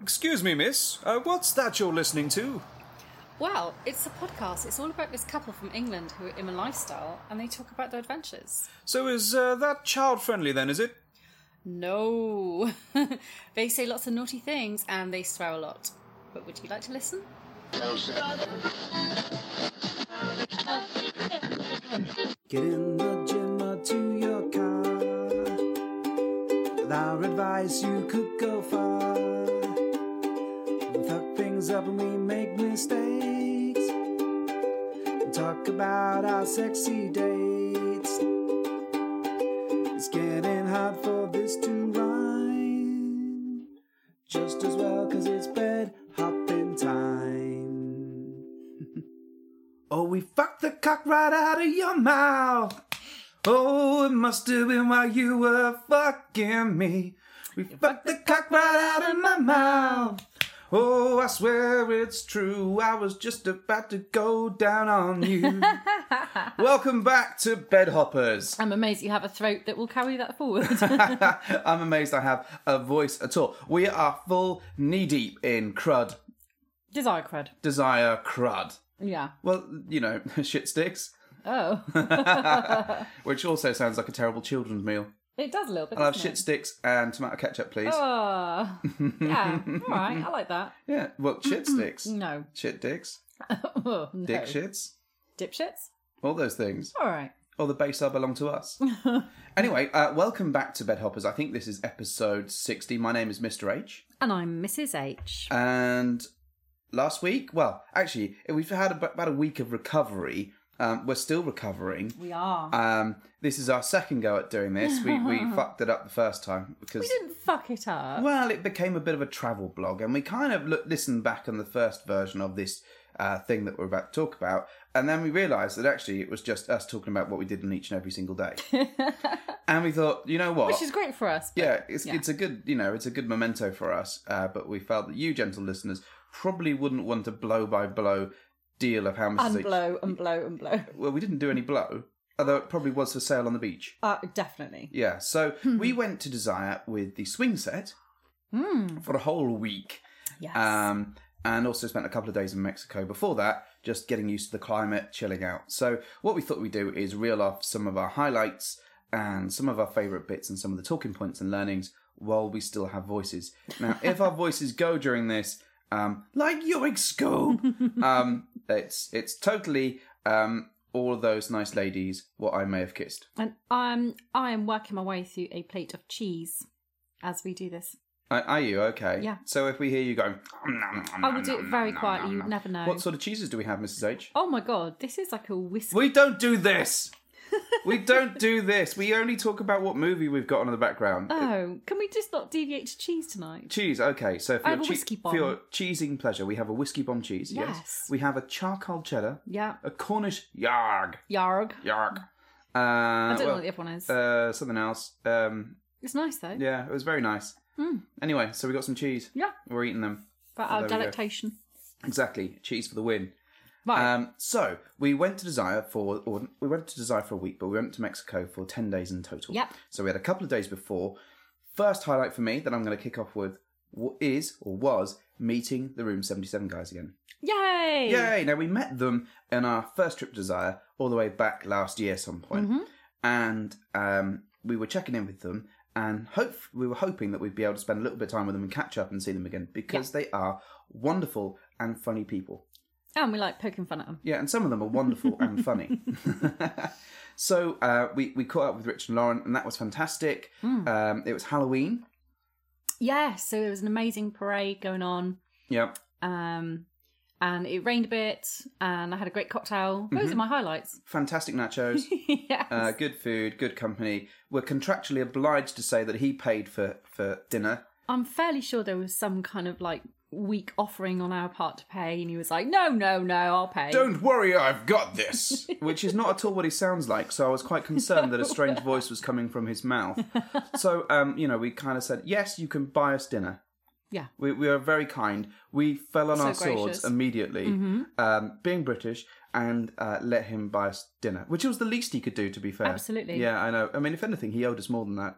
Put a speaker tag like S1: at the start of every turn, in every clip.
S1: Excuse me, miss. Uh, what's that you're listening to?
S2: Well, it's a podcast. It's all about this couple from England who are in a lifestyle and they talk about their adventures.
S1: So is uh, that child friendly then, is it?
S2: No. they say lots of naughty things and they swear a lot. But would you like to listen?
S3: Get in the gym or to your car. With our advice, you could go far. We fuck things up and we make mistakes. And talk about our sexy dates. It's getting hard for this to rhyme. Just as well, cause it's bed hopping time. Oh, we fucked the cock right out of your mouth. Oh, it must have been while you were fucking me. We fucked the cock right out of my mouth. Oh, I swear it's true. I was just about to go down on you. Welcome back to Bed Hoppers.
S2: I'm amazed you have a throat that will carry that forward.
S3: I'm amazed I have a voice at all. We are full knee deep in crud,
S2: Desire crud.
S3: desire, crud.
S2: Yeah.
S3: Well, you know, shit sticks,
S2: Oh.
S3: which also sounds like a terrible children's meal.
S2: it does a little bit.
S3: I'll have
S2: doesn't
S3: shit
S2: it?
S3: sticks and tomato ketchup, please.
S2: Oh. yeah. All right. I like that.
S3: Yeah, well, shit sticks.
S2: No.
S3: Shit dicks,
S2: Oh, no.
S3: dick shits,
S2: Dipshits?
S3: all those things.
S2: All right.
S3: All the base are belong to us. anyway, uh, welcome back to Bed Hoppers. I think this is episode 60. My name is Mr. H.
S2: And I'm Mrs. H.
S3: And last week, well, actually, we've had ab- about a week of recovery. Um, we're still recovering.
S2: We are.
S3: Um, this is our second go at doing this. We, we fucked it up the first time because
S2: we didn't fuck it up.
S3: Well, it became a bit of a travel blog, and we kind of look, listened back on the first version of this uh, thing that we're about to talk about, and then we realised that actually it was just us talking about what we did on each and every single day. and we thought, you know what?
S2: Which is great for us. but-
S3: yeah, it's
S2: yeah.
S3: it's a good you know it's a good memento for us. Uh, but we felt that you, gentle listeners, probably wouldn't want a blow by blow deal of how much. is
S2: And
S3: each-
S2: blow and blow and blow.
S3: Well, we didn't do any blow, although it probably was for sale on the beach.
S2: Uh, definitely.
S3: Yeah, so
S2: Hmm.
S3: we went to Desire with the swing set
S2: Hmm.
S3: for a whole week.
S2: Yes.
S3: Um, and also spent a couple of days in Mexico before that, just getting used to the climate, chilling out. So, what we thought we'd do is reel off some of our highlights and some of our favourite bits and some of the talking points and learnings while we still have voices. Now, if our voices go during this, um, like yoink scoop, um, it's it's totally um, all of those nice ladies what I may have kissed.
S2: and um, I am working my way through a plate of cheese as we do this.
S3: Are, are you okay?
S2: Yeah.
S3: So if we hear you going,
S2: I will do it very quietly. You'd never know.
S3: What sort of cheeses do we have, Mrs. H?
S2: oh my god, this is like a whiskey.
S3: We don't do this. we don't do this. We only talk about what movie we've got on in the background.
S2: oh, can we just not deviate to cheese tonight?
S3: Cheese. Okay, so for,
S2: I
S3: your,
S2: have a
S3: chee-
S2: whiskey
S3: for
S2: bomb.
S3: your cheesing pleasure, we have a whiskey bomb cheese. Yes.
S2: Yes.
S3: We have a charcoal cheddar,
S2: Yeah.
S3: a Cornish yarg,
S2: Yarg.
S3: yarg. Uh,
S2: I don't know what the other one is.
S3: uh, something else. Um,
S2: it's nice though.
S3: yeah, it was very nice.
S2: Hmm.
S3: Anyway, so we got some cheese.
S2: Yeah.
S3: We're eating them.
S2: But
S3: there
S2: our
S3: we go.
S2: delectation.
S3: Exactly, cheese for the win.
S2: Right.
S3: Um, so we went to Desire for, or we went to Desire for a week, but we went to Mexico for ten days in total.
S2: Yep.
S3: So we had a couple of days before. First highlight for me that I'm going to kick off with wa- is or was meeting the Room Seventy Seven guys again.
S2: Yay!
S3: Yay! Now we met them in our first trip to Desire all the way back last year, some point,
S2: Mm-hmm.
S3: and um, we were checking in with them. And hope we were hoping that we'd be able to spend a little bit of time with them and catch up and see them again because they are wonderful and funny people.
S2: Oh, And we like poking fun at them.
S3: Yeah, and some of them are wonderful and funny. so uh, we we caught up with Rich and Lauren, and that was fantastic. Um, it was Halloween.
S2: Yeah, so there was an amazing parade going on.
S3: Yeah,
S2: Um, and it rained a bit, and I had a great cocktail. Those are my highlights.
S3: fantastic nachos.
S2: yes.
S3: Mm-hmm. Uh, good food, good company. We're contractually obliged to say that he paid for, for dinner.
S2: I'm fairly sure there was some kind of like weak offering on our part to pay, and he was like, "No, no, no, I'll pay."
S3: Don't worry, I've got this. Which is not at all what he sounds like. So I was quite concerned that a strange voice was coming from his mouth. So um, you know, we kind of said, yes, you can buy us dinner.
S2: Yeah.
S3: We, we are very kind. We fell on
S2: So
S3: our swords
S2: gracious. Mm-hmm.
S3: immediately, um, being British, and uh, let him buy us dinner, which was the least he could do, to be fair.
S2: Absolutely.
S3: Yeah, I know. I mean, if anything, he owed us more than that.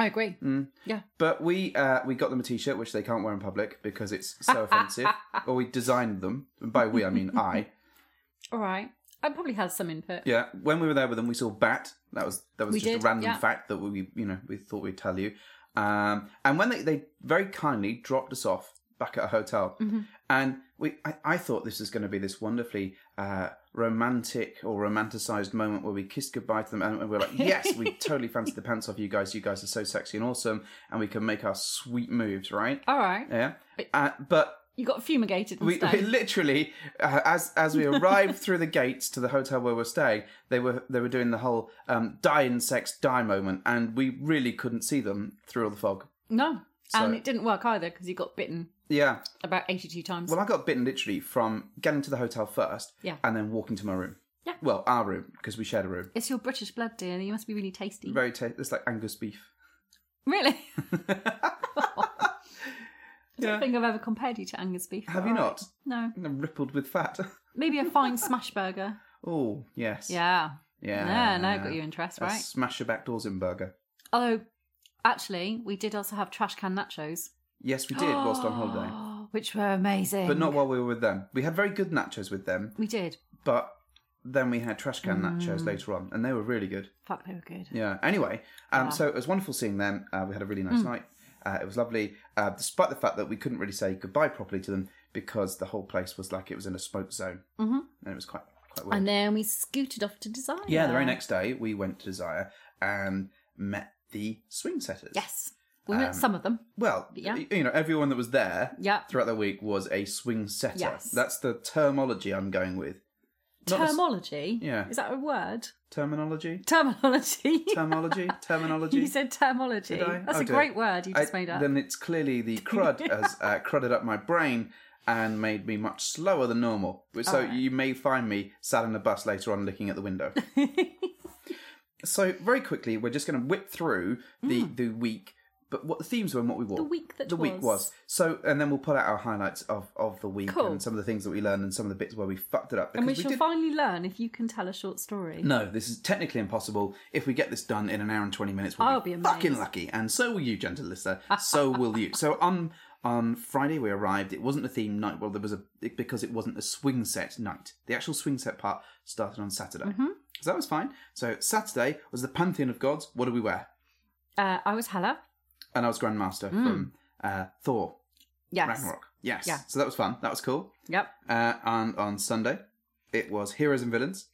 S2: I agree.
S3: Mm.
S2: Yeah.
S3: But we uh, we got them a T-shirt which they can't wear in public because it's so offensive. Or we designed them. And by we, I mean I.
S2: All right. I probably had some input.
S3: Yeah. When we were there with them, we saw bat. That was that was
S2: We
S3: just
S2: did,
S3: a random
S2: yeah.
S3: fact that we you know we thought we'd tell you. Um, and when they they very kindly dropped us off back at a hotel,
S2: Mm-hmm.
S3: and we I, I thought this was going to be this wonderfully. Uh, romantic or romanticized moment where we kissed goodbye to them and we were like yes we totally fancy the pants off you guys you guys are so sexy and awesome and we can make our sweet moves right
S2: All right.
S3: yeah uh, but
S2: You got fumigated
S3: we,
S2: instead.
S3: we literally uh, as as we arrived through the gates to the hotel where we're staying they were they were doing the whole um, die in sex die moment and we really couldn't see them through all the fog
S2: no.
S3: So-
S2: And it didn't work either because you got bitten
S3: yeah
S2: about 82 times.
S3: well i got bitten literally from getting to the hotel first
S2: Yeah.
S3: and then walking to my room
S2: Yeah.
S3: well our room because we shared a room
S2: it's your British blood, dear. You must be really tasty.
S3: very ta it's like angus beef
S2: Really? I
S3: yeah
S2: don't think I've ever compared you to Angus beef.
S3: have
S2: but
S3: you
S2: all
S3: not
S2: right. No.
S3: I'm rippled with fat
S2: Maybe a fine smash burger.
S3: oh yes
S2: Yeah.
S3: yeah
S2: Yeah, no, got you interest,
S3: a
S2: right?
S3: smash a backdoorsin burger
S2: Although, actually, we did also have trash can nachos,
S3: yes we did whilst on holiday
S2: which were amazing.
S3: But not while we were with them. We had very good nachos with them,
S2: We did.
S3: but then we had trash can
S2: Mm.
S3: nachos later on, and they were really good.
S2: Fuck, they were good.
S3: Yeah. Anyway, um, so it was wonderful seeing them. Uh, we had a really
S2: Mm.
S3: nice night. Uh, it was lovely, uh, despite the fact that we couldn't really say goodbye properly to them because the whole place was like it was in a smoke zone, mm-hmm. and it was quite quite weird.
S2: And then we scooted off to Desire.
S3: yeah. The very next day, we went to Desire and met the swing setters.
S2: Yes. We
S3: Um,
S2: met some of them.
S3: Well,
S2: Yeah.
S3: y- you know, everyone that was there
S2: Yeah.
S3: throughout the week was a swing setter.
S2: Yes.
S3: That's the terminology I'm going with. Not a s-
S2: Termology?
S3: Yeah.
S2: Is that a word?
S3: terminology?
S2: Terminology.
S3: Terminology? terminology?
S2: you said terminology.
S3: Did I?
S2: That's
S3: Oh,
S2: a
S3: dear.
S2: great word you just
S3: I-
S2: made up.
S3: Then it's clearly the crud has uh, crudded up my brain and made me much slower than normal. So you may find me sat on a bus later on looking at the window. so very quickly, we're just going to whip through the, the week, but what the themes were and what we wore.
S2: Hmm. The week that
S3: the week
S2: was.
S3: was. So, and then we'll pull out our highlights of, of the week
S2: Cool.
S3: and some of the things that we learned and some of the bits where we fucked it up.
S2: and we
S3: because
S2: shall
S3: did-
S2: finally learn if you can tell a short story.
S3: No, this is technically impossible. If we get this done in an hour and 20 minutes, we'll
S2: I'll
S3: be,
S2: be amazed.
S3: fucking lucky. And so will you, gentle listener. So will you. So on on Friday we arrived. It wasn't a theme night. Well, there was a because it wasn't a swing set night. The actual swing set part started on Saturday.
S2: Mm-hmm.
S3: So that was fine. So Saturday was the pantheon of gods. What do we wear?
S2: Uh, I was Hella.
S3: And I was Grandmaster from uh, Thor
S2: Hmm. Yes.
S3: Ragnarok. Yes.
S2: Yeah.
S3: So that was fun. That was cool.
S2: Yep.
S3: Uh, and on Sunday, it was heroes and villains.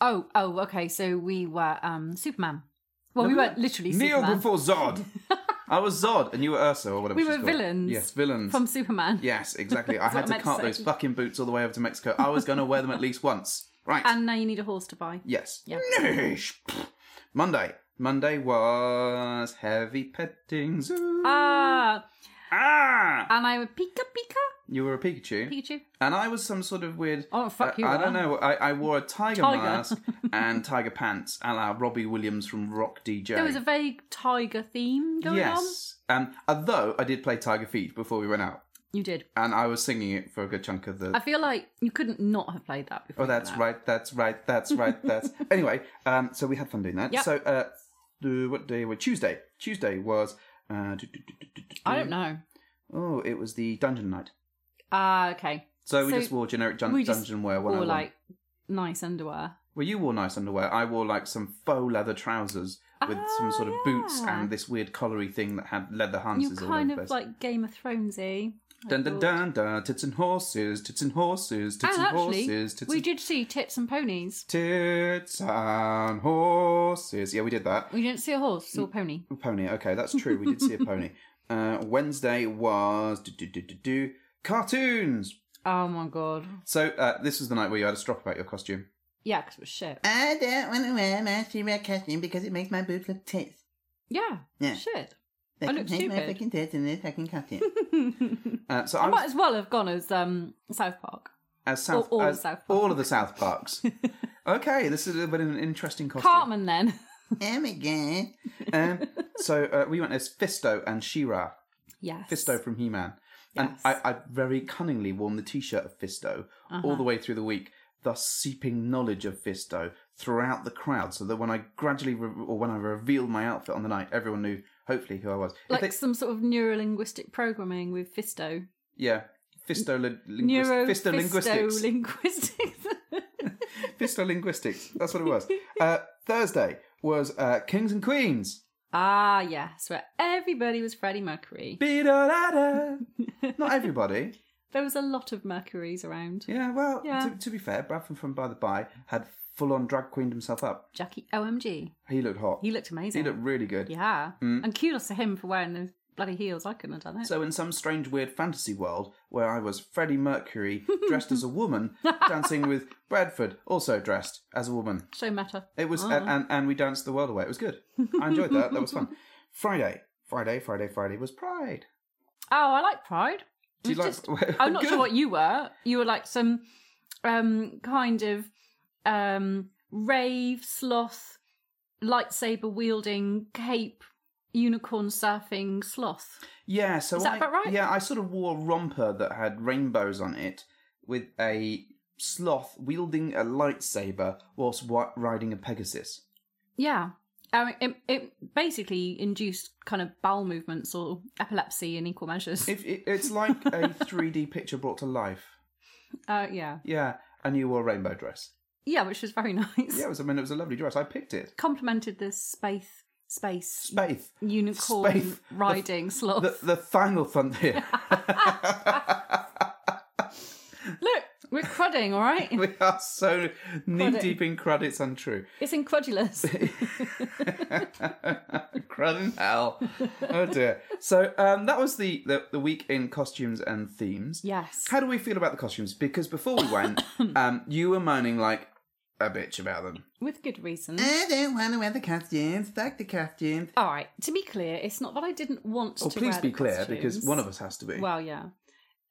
S2: Oh, oh, okay. So we were um, Superman. Well, we weren't literally
S3: Neil
S2: Superman.
S3: before Zod. I was Zod, and you were Ursa, or whatever.
S2: We
S3: she's
S2: were
S3: called.
S2: villains.
S3: Yes, villains.
S2: From Superman.
S3: Yes, exactly. I had
S2: what I
S3: to
S2: meant to
S3: cart
S2: say.
S3: those fucking boots all the way over to Mexico. I was going to wear them at least once. Right.
S2: And now you need a horse to buy.
S3: yes.
S2: Yeah.
S3: Nish. Pfft. Monday. Monday was heavy petting zoo.
S2: Ah,
S3: ah!
S2: and I would Pika Pika
S3: You were a Pikachu,
S2: Pikachu.
S3: and I was some sort of weird.
S2: Oh, fuck
S3: I-
S2: you
S3: Uh, I
S2: were.
S3: don't know. I, I wore a tiger,
S2: Tiger.
S3: mask and tiger pants, a la Robbie Williams from Rock DJ.
S2: There was a vague tiger theme going on.
S3: yes. Um, although I did play Tiger Feet before we went out.
S2: You did.
S3: and I was singing it for a good chunk of the.
S2: I feel like you couldn't not have played that before.
S3: oh, that's
S2: that.
S3: right, that's right, that's right, that's. anyway, um, so we had fun doing that.
S2: Yep.
S3: So, uh, th- what day? Well, Tuesday. Tuesday was. Uh, do- do- do- do- do- do-
S2: I don't know.
S3: Oh, it was the dungeon night.
S2: Ah, okay.
S3: So we
S2: So
S3: just wore generic dun-
S2: we just
S3: dungeon wear.
S2: Or
S3: 101.
S2: like nice underwear.
S3: Well, you wore nice underwear. I wore like some faux leather trousers with some sort of boots
S2: Ah, yeah.
S3: and this weird collary thing that had leather
S2: You're
S3: harnesses all over
S2: kind
S3: the
S2: of
S3: place.
S2: like Game of Thronesy. I
S3: dun dun
S2: thought.
S3: dun dun, tits and horses, tits and horses, tits
S2: And
S3: and
S2: actually,
S3: horses, tits
S2: we
S3: and
S2: did see tits and ponies.
S3: Tits and horses. Yeah, we did that.
S2: We didn't see a horse, saw a pony.
S3: Pony. Okay, that's true. We did see a pony. Uh, Wednesday was do, do, do, do, do, cartoons.
S2: Oh my god.
S3: So uh, this was the night where you had a strop about your costume.
S2: Yeah, because it was shit.
S3: I don't want to wear my female costume because it makes my boobs look tits.
S2: Yeah.
S3: Yeah.
S2: Shit.
S3: They
S2: I look stupid.
S3: tits in this fucking costume. uh, so I
S2: I might
S3: was,
S2: as well have gone as um South Park.
S3: as South,
S2: all of
S3: as
S2: South Park.
S3: all of the South Parks. okay, this is a bit of an interesting costume.
S2: Cartman then.
S3: Am again. Um, so uh, we went as Fisto and Shira.
S2: yes.
S3: Fisto from He Man. And
S2: Yes. Uh-huh.
S3: I, I very cunningly worn the t shirt of Fisto all the way through the week, thus seeping knowledge of Fisto throughout the crowd so that when I gradually, re- or when I revealed my outfit on the night, everyone knew, hopefully who I was. If
S2: Like
S3: they-
S2: some sort of neuro linguistic programming with Fisto.
S3: yeah, fisto linguist,
S2: Neuro
S3: fisto linguistics,
S2: linguistics.
S3: fisto linguistics. That's what it was. Uh, Thursday was uh, Kings and Queens.
S2: ah, yes, where everybody was Freddie Mercury.
S3: Be-da-da-da. Not everybody.
S2: There was a lot of Mercuries around.
S3: Yeah, well,
S2: Yeah.
S3: To, to be fair, Bradford from By the By had full on drag queened himself up.
S2: Jackie, OMG,
S3: He looked hot.
S2: he looked amazing.
S3: He looked really good.
S2: yeah, and kudos to him for wearing those bloody heels. I couldn't have done it.
S3: So, in some strange, weird fantasy world where I was Freddie Mercury dressed as a woman, dancing with Bradford, also dressed as a woman.
S2: so meta.
S3: It was,
S2: Uh-huh.
S3: and, and, and we danced the world away. It was good. I enjoyed that. That was fun. Friday, Friday, Friday, Friday was Pride.
S2: Oh, I like Pride.
S3: Do you
S2: It
S3: like?
S2: was just- I'm not
S3: Good.
S2: sure what you were. You were like some um, kind of um, rave sloth, lightsaber wielding, cape, unicorn surfing sloth.
S3: Yeah, so
S2: Is that
S3: I,
S2: about right?
S3: Yeah, I sort of wore a romper that had rainbows on it, with a sloth wielding a lightsaber whilst wa- riding a Pegasus.
S2: Yeah. I mean, it, it basically induced kind of bowel movements or epilepsy in equal measures.
S3: If it, it's like a 3D picture brought to life.
S2: uh, yeah.
S3: Yeah, and you wore a rainbow dress.
S2: Yeah, which was very nice.
S3: Yeah, it was. I mean, it was a lovely dress. I picked it.
S2: Complimented the space, space,
S3: Spaith.
S2: unicorn
S3: Spaith. The-
S2: riding sloth.
S3: The the Thangle Thunder.
S2: Look, we're crudding, all right?
S3: we are so knee
S2: Crud it.
S3: deep in crud. It's untrue.
S2: It's incredulous.
S3: crud in hell. Oh dear. So um, that was the, the the week in costumes and themes.
S2: yes.
S3: How do we feel about the costumes? Because before we went, um, you were moaning like a bitch about them.
S2: With good reason.
S3: I don't want to wear the costumes. Fuck the costumes.
S2: All right. To be clear, it's not that I didn't want
S3: Oh,
S2: to.
S3: please
S2: wear
S3: be
S2: the
S3: clear, because
S2: costumes.
S3: one of us has to be.
S2: Well, yeah.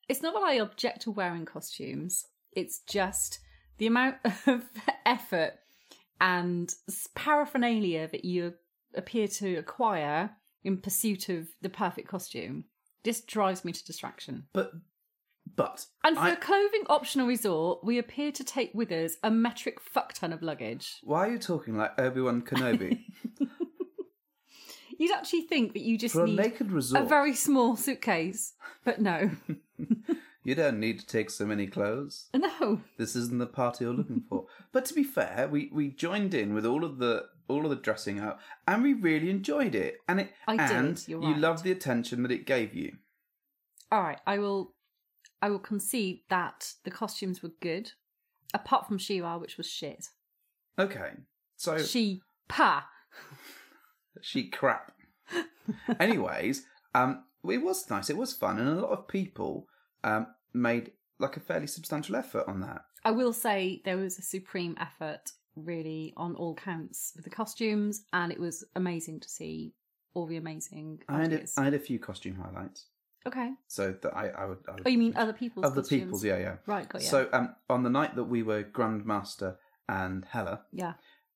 S2: It's not that I object to wearing costumes. It's just the amount of effort and s- paraphernalia that you appear to acquire in pursuit of the perfect costume. This drives me to distraction.
S3: but but
S2: And for
S3: I-
S2: a clothing optional resort, we appear to take with us a metric fuck ton of luggage.
S3: why are you talking like Obi Wan Kenobi?
S2: You'd actually think that you just
S3: For a
S2: need
S3: naked
S2: a
S3: resort,
S2: very small suitcase, but no,
S3: you don't need to take so many clothes.
S2: no.
S3: this isn't the party you're looking for. but to be fair, we we joined in with all of the all of the dressing up, and we really enjoyed it. And it
S2: I did,
S3: and
S2: you're
S3: you
S2: right.
S3: loved the attention that it gave you.
S2: All right, I will, I will concede that the costumes were good, apart from Shiwa, which was shit.
S3: Okay, so she,
S2: She pa.
S3: crap. Anyways, um, it was nice. It was fun, and a lot of people um made like a fairly substantial effort on that.
S2: I will say there was a supreme effort, really, on all counts with the costumes, and it was amazing to see all the amazing
S3: I had, a,
S2: ideas.
S3: I had a few costume highlights,
S2: okay.
S3: so that I, I would. I would
S2: Oh, you mean other people's
S3: other
S2: costumes?
S3: people's? Yeah, yeah.
S2: Right, got you.
S3: So um, on the night that we were Grandmaster and Hella,
S2: yeah.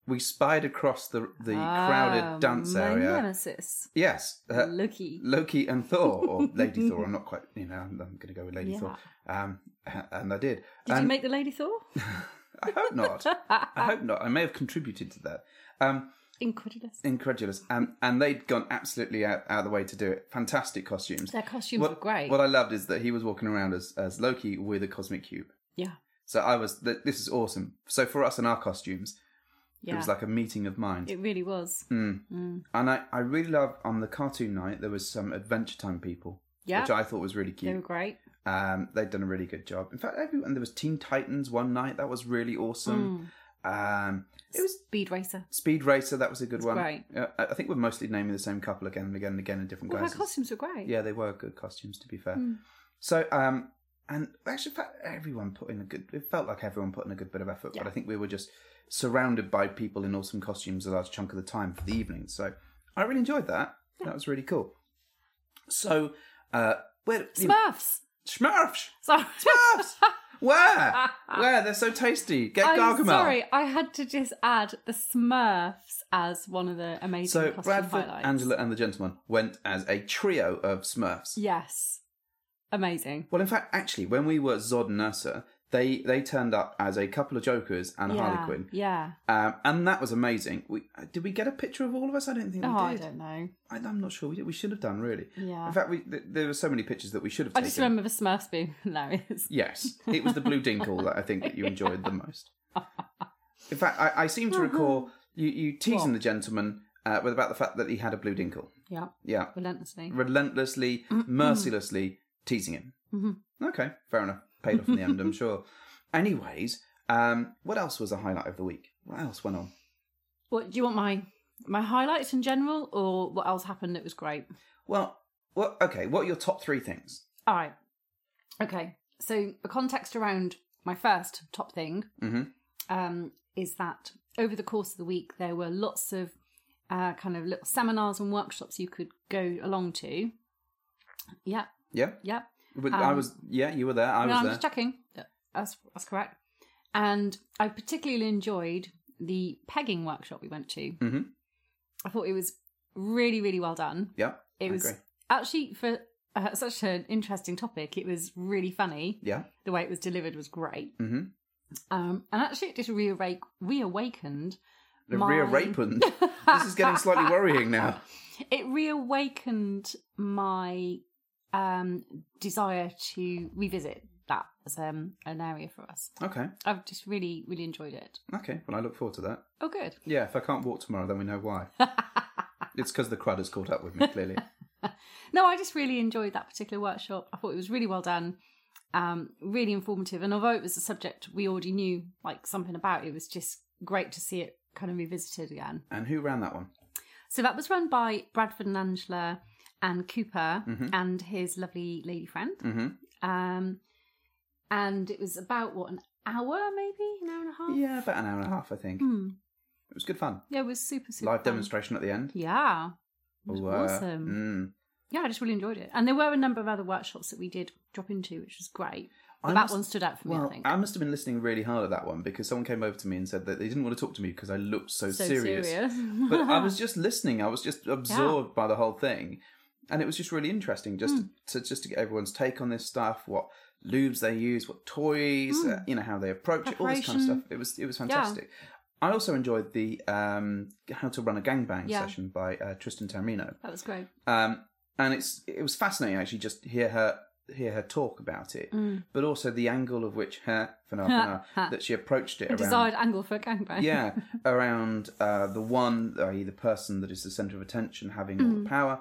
S3: we spied across the the
S2: Ah,
S3: crowded dance
S2: my
S3: area.
S2: Nemesis,
S3: Yes, uh,
S2: Loki.
S3: Loki and Thor, or Lady Thor. I'm not quite, you know, I'm, going to go with Lady
S2: Yeah.
S3: Thor. Um, and I did.
S2: Did
S3: and
S2: you make the Lady Thor?
S3: I hope not. I hope not. I may have contributed to that. Um,
S2: Incredulous.
S3: incredulous. Um, and they'd gone absolutely out, out of the way to do it. Fantastic costumes.
S2: Their costumes were great.
S3: What I loved is that he was walking around as, as Loki with a cosmic cube.
S2: yeah.
S3: So I was, th- this is awesome. So for us and our costumes,
S2: Yeah.
S3: it was like Hmm. a meeting of minds.
S2: It really was. Mm.
S3: And I, I really love on the cartoon night there was some Adventure Time people,
S2: Yeah.
S3: which I thought was really
S2: They were
S3: cute.
S2: great.
S3: Um, they'd done a really good job. In fact, everyone there was Teen Titans one night that was really awesome.
S2: Hmm.
S3: Um, it was
S2: Speed Racer.
S3: Speed Racer that was a good one.
S2: great.
S3: Yeah, I I think we're mostly naming the same couple again and again and again in different
S2: Well, her
S3: guys.
S2: costumes were great.
S3: Yeah, they were good costumes to be fair.
S2: Hmm.
S3: So um, and actually, in fact, everyone put in a good. It felt like everyone put in a good bit of effort, but I think we were just surrounded by people in awesome costumes a large chunk of the time for the evening. So I really enjoyed that. That was really cool. So uh, where you know-
S2: Smurfs.
S3: Smurfs?
S2: Sorry.
S3: Smurfs? Where? Where? They're so tasty. Get
S2: I'm
S3: Gargamel.
S2: sorry, I had to just add the Smurfs as one of the amazing
S3: So
S2: costume
S3: Bradford,
S2: highlights.
S3: Angela, and the gentleman went as a trio of Smurfs.
S2: Yes. Amazing.
S3: Well, in fact, actually, when we were Zod and Ursa, They they turned up as a couple of Jokers and a
S2: yeah,
S3: Harley Quinn,
S2: Yeah.
S3: um, and that was amazing. We uh, did we get a picture of all of us? I don't think
S2: Oh,
S3: we did.
S2: I don't know.
S3: I, am not sure we did. We should have done really.
S2: Yeah.
S3: In fact, we th- there were so many pictures that we should have.
S2: I
S3: taken.
S2: just remember the Smurfs being hilarious.
S3: Yes, it was the blue dinkle that I think that you enjoyed the most. In fact, I, I
S2: Uh-huh.
S3: seem to recall you, you teasing the gentleman uh, with about the fact that he had a blue dinkle.
S2: Yeah.
S3: Yeah,
S2: Relentlessly.
S3: relentlessly,
S2: Mm-hmm.
S3: mercilessly teasing him. Okay, fair enough. Paid off in the end, I'm sure. Anyways, um, what else was a highlight of the week? What else went on?
S2: What do you want my my highlights in general, or what else happened that was great?
S3: Well, well, okay. What are your top three things?
S2: All right. Okay. So a context around my first top thing
S3: Mhm.
S2: um, is that over the course of the week there were lots of uh, kind of little seminars and workshops you could go along to. Yeah.
S3: Yeah,
S2: Yeah.
S3: but I
S2: Um,
S3: was. Yeah, you were there. I
S2: no,
S3: was
S2: I'm
S3: there.
S2: just checking. That's that's correct. And I particularly enjoyed the pegging workshop we went to.
S3: Mhm.
S2: I thought it was really, really well done.
S3: yeah,
S2: It
S3: I
S2: was
S3: agree.
S2: actually for uh, such an interesting topic. It was really funny.
S3: Yeah.
S2: The way it was delivered was great.
S3: Mm-hmm.
S2: Um, and actually, it just reawake, reawakened.
S3: The
S2: My-
S3: rear rapened. this is getting slightly worrying now.
S2: It reawakened my um, desire to revisit that as um, an area for us.
S3: Okay.
S2: I've just really, really enjoyed it.
S3: Okay, well, I look forward to that.
S2: Oh, good.
S3: Yeah, if I can't walk tomorrow, then we know why. it's because the crud has caught up with me, clearly.
S2: No, I just really enjoyed that particular workshop. I thought it was really well done, um, really informative. And although it was a subject we already knew like something about, it was just great to see it kind of revisited again.
S3: And who ran that one?
S2: So that was run by Bradford and Angela and Cooper
S3: Mm-hmm.
S2: and his lovely lady friend.
S3: Mhm.
S2: Um, and it was about what an hour, maybe an hour and a half.
S3: Yeah, about an hour and a half, I think.
S2: Hmm.
S3: It was good fun.
S2: Yeah, it was super super
S3: Live
S2: fun.
S3: demonstration at the end.
S2: Yeah, it was
S3: Ooh, uh,
S2: awesome.
S3: mm.
S2: Yeah, I just really enjoyed it. And there were a number of other workshops that we did drop into, which was great. But
S3: I
S2: that
S3: must-
S2: one stood out for me, I
S3: Well,
S2: think.
S3: I must have been listening really hard at that one because someone came over to me and said that they didn't want to talk to me because I looked so, but I was just listening. I was just absorbed by the whole thing, and it was just really interesting. Just
S2: Hmm.
S3: to just to get everyone's take on this stuff, what lubes they use, what toys, uh, you know, how they approach it, all this kind of stuff.
S2: Hmm. Preparation.
S3: It was it was fantastic. I also enjoyed the um, how to run a gangbang
S2: Yeah.
S3: session by uh, Tristan Tamrino.
S2: that was great.
S3: Um, and it's it was fascinating actually just to hear her hear her talk about it, but also the angle of which her phenomena that she approached it
S2: A
S3: around
S2: desired angle for a gangbang.
S3: yeah, around uh, the one, i.e., the person that is the center of attention, having all
S2: Mm-hmm.
S3: the power.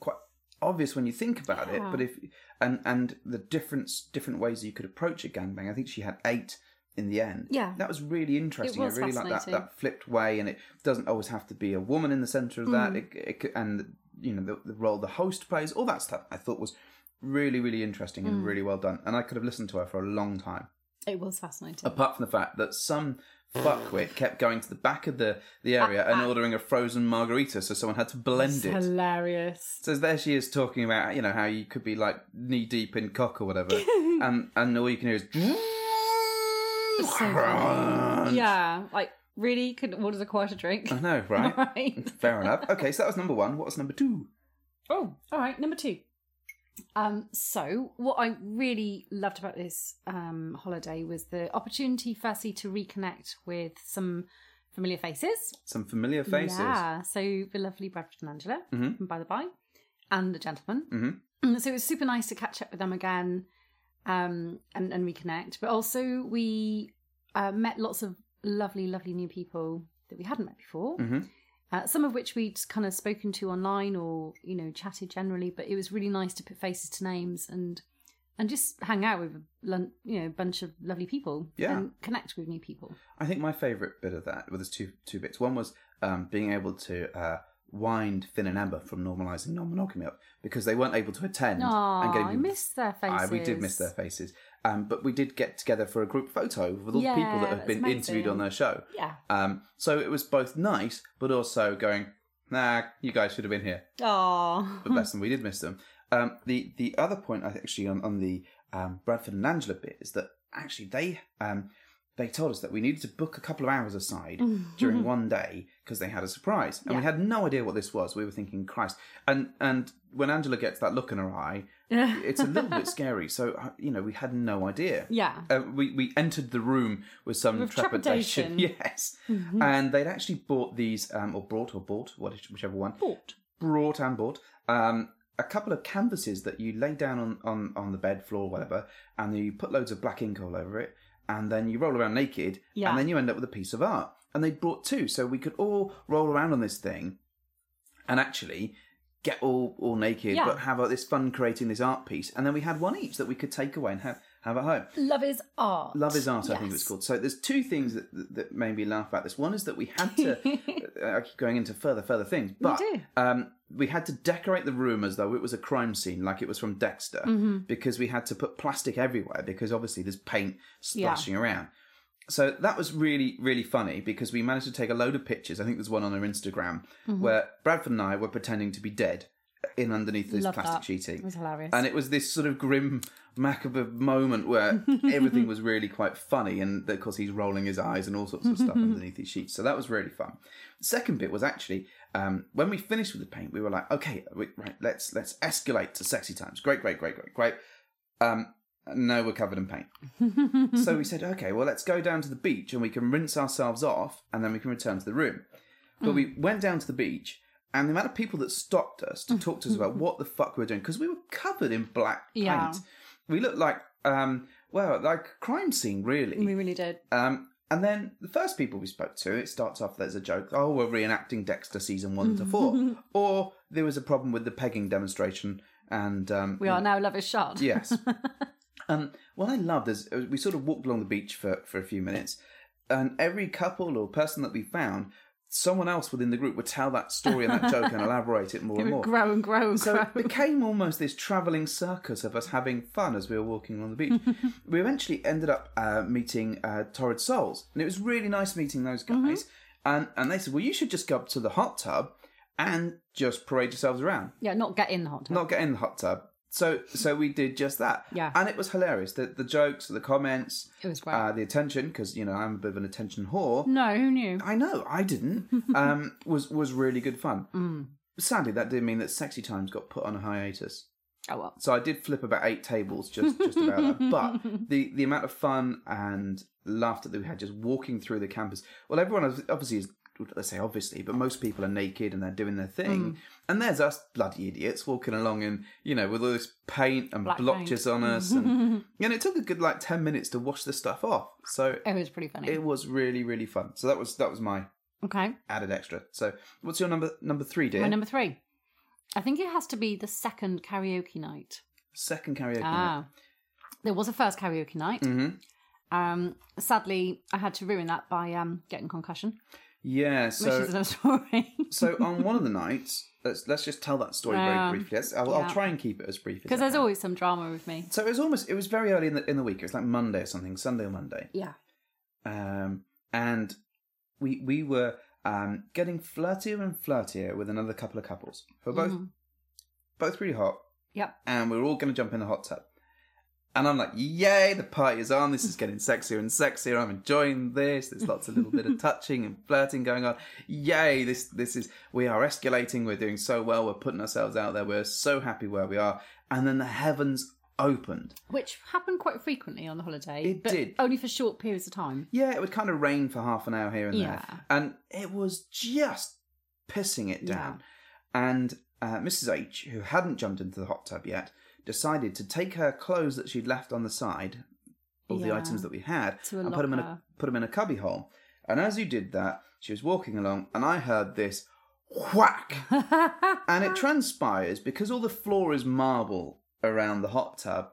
S3: Quite obvious when you think about it, but if and and the difference, different ways you could approach a gangbang. I think she had eight in the end.
S2: Yeah.
S3: that was really interesting.
S2: was
S3: I really like that
S2: fascinating.
S3: that flipped way, and it doesn't always have to be a woman in the center of
S2: Mm.
S3: that. It, it could- and you know the, the role the host plays, all that stuff. I thought was. Really, really interesting
S2: Mm.
S3: and really well done. And I could have listened to her for a long time
S2: It was fascinating.
S3: apart from the fact that some fuckwit kept going to the back of the, the area and ordering a frozen margarita, so someone had to blend it.
S2: hilarious.
S3: So there she is talking about you know how you could be like knee deep in cock or whatever, and and all you can hear is. Crunch.
S2: Yeah, like really couldn't order the quite a drink.
S3: I know, right?
S2: right.
S3: Fair enough. Okay, so that was number one. What's number two?
S2: Oh, all right. Number two. Um, so what I really loved about this um, holiday was the opportunity, firstly, to reconnect with some familiar faces.
S3: Some familiar faces. Mm-hmm.
S2: Yeah, so the lovely Bradford and Angela, by the by, and the gentleman. Mm-hmm. So it was super nice to catch up with them again um, and, and reconnect. But also, we uh, met lots of lovely, lovely new people that we hadn't met before.
S3: Mm-hmm.
S2: Uh, some of which we'd kind of spoken to online or you know chatted generally, but it was really nice to put faces to names and and just hang out with a lun- you know bunch of lovely people
S3: Yeah.
S2: and connect with new people.
S3: I think my favourite bit of that, well, there's two two bits. One was um, being able to uh, wind Finn and Amber from normalising non-monogamy up because they weren't able to attend.
S2: No,
S3: and getting
S2: I
S3: people-
S2: missed their faces.
S3: Ah, we did miss their faces, um, but we did get together for a group photo with all the people
S2: Yeah,
S3: that have been
S2: that's
S3: interviewed
S2: amazing.
S3: on their show.
S2: Yeah.
S3: Um, so it was both nice, but also going, nah, you guys should have been here.
S2: Oh.
S3: But bless them, we did miss them. Um, the the other point I think, actually on on the um, Bradford and Angela bit is that actually they um, they told us that we needed to book a couple of hours aside
S2: Mm-hmm.
S3: during one day because they had a surprise, and we had no idea what this was. We were thinking, Christ, and and when Angela gets that look in her eye, it's a little bit scary. So uh, you know, we had no idea.
S2: Yeah.
S3: uh, we we entered the room with some
S2: With
S3: trepidation.
S2: trepidation. Mm-hmm.
S3: Yes, and they'd actually bought these, um, or brought or bought, what- whichever one
S2: Bought.
S3: brought and bought um, a couple of canvases that you lay down on, on, on the bed floor, whatever, and you put loads of black ink all over it, and then you roll around naked,
S2: Yeah.
S3: and then you end up with a piece of art. And they brought two, so we could all roll around on this thing and actually get all, all naked,
S2: Yeah.
S3: but have uh, this fun creating this art piece. And then we had one each that we could take away and have, have at home.
S2: Love is art.
S3: Love is art, I think it
S2: Yes.
S3: was called. So there's two things that, that, that made me laugh about this. One is that we had to. I keep going into further, further things, but
S2: do.
S3: um, we had to decorate the room as though it was a crime scene, like it was from Dexter,
S2: Mm-hmm.
S3: because we had to put plastic everywhere because obviously there's paint splashing around. So that was really, really funny because we managed to take a load of pictures. I think there's one on our Instagram
S2: Mm-hmm.
S3: where Bradford and I were pretending to be dead in underneath this
S2: Love
S3: plastic
S2: that.
S3: sheeting.
S2: It was hilarious.
S3: And it was this sort of grim, macabre moment where everything was really quite funny. And of course, he's rolling his eyes and all sorts of stuff underneath his sheets. So that was really fun. Second bit was actually um, when we finished with the paint, we were like, okay, we, right, let's let's escalate to sexy times. Great, great, great, great, great. Um, no, we're covered in paint. so we said, okay, well, let's go down to the beach and we can rinse ourselves off and then we can return to the room. But we
S2: Mm.
S3: went down to the beach, and the amount of people that stopped us to talk to us about what the fuck we were doing because we were covered in black paint.
S2: Yeah.
S3: We looked like, um, well, like a crime scene, really.
S2: we really did.
S3: Um, and then the first people we spoke to, it starts off there's a joke. Oh, we're reenacting Dexter season one to four, or there was a problem with the pegging demonstration, and um,
S2: We are now Love is shot.
S3: Yes. um, what I loved is uh, we sort of walked along the beach for, for a few minutes, and every couple or person that we found, someone else within the group would tell that story and that joke and elaborate it more
S2: It
S3: and more.
S2: would grow and grow and
S3: So
S2: grow.
S3: it became almost this travelling circus of us having fun as we were walking along the beach. we eventually ended up uh, meeting uh, Torrid Souls, and it was really nice meeting those guys. And and they said, well, you should just go up to the hot tub and just parade yourselves around
S2: yeah, not get in the hot tub.
S3: not get in the hot tub. So so we did just that.
S2: Yeah.
S3: And it was hilarious. The the jokes, the comments,
S2: It was great.
S3: uh, the attention because you know I'm a bit of an attention whore.
S2: no, who knew?
S3: I know I didn't. um, was was really good fun. Sadly, that did mean that sexy times got put on a hiatus.
S2: Oh well.
S3: So I did flip about eight tables just just about that. But the the amount of fun and laughter that we had just walking through the campus. Well, everyone is- obviously is. Let's say obviously, but most people are naked and they're doing their thing.
S2: Mm.
S3: And there's us bloody idiots walking along and you know with all this paint and
S2: Black
S3: blotches on us, and, and it took a good like ten minutes to wash the stuff off. So
S2: It was pretty funny.
S3: it was really really fun. So that was that was my
S2: okay.
S3: added extra. So what's your number number three, dear?
S2: My number three. I think it has to be the second karaoke night.
S3: Second karaoke. night.
S2: Ah. There was a first karaoke night.
S3: Mhm.
S2: Um, sadly, I had to ruin that by um, getting concussion,
S3: Yeah. So
S2: which is another story.
S3: So on one of the nights, let's let's just tell that story
S2: Um,
S3: very briefly. Let's, I'll, I'll
S2: yeah.
S3: try and keep it as brief. as
S2: Because
S3: I
S2: there's
S3: can.
S2: always some drama with me.
S3: So it was almost it was very early in the in the week. It was like Monday or something, Sunday or Monday.
S2: Yeah.
S3: Um, and we we were um getting flirtier and flirtier with another couple of couples who are both
S2: Mm-hmm.
S3: both really hot,
S2: Yep.
S3: and we were all going to jump in the hot tub. And I'm like, yay, the party is on. This is getting sexier and sexier. I'm enjoying this. There's lots of little bit of touching and flirting going on. Yay, this this is we are escalating. We're doing so well. We're putting ourselves out there. We're so happy where we are. And then the heavens opened.
S2: Which happened quite frequently on the holiday.
S3: It
S2: but
S3: did.
S2: Only for short periods of time.
S3: Yeah, it would kind of rain for half an hour here and
S2: Yeah.
S3: there. And it was just pissing it down. And uh, Mrs. H, who hadn't jumped into the hot tub yet, decided to take her clothes that she'd left on the side, all the
S2: Yeah.
S3: items that we had,
S2: To a
S3: and put them in a
S2: locker.
S3: put them in a cubby hole. And as you did that, she was walking along, and I heard this whack. and it transpires because all the floor is marble around the hot tub.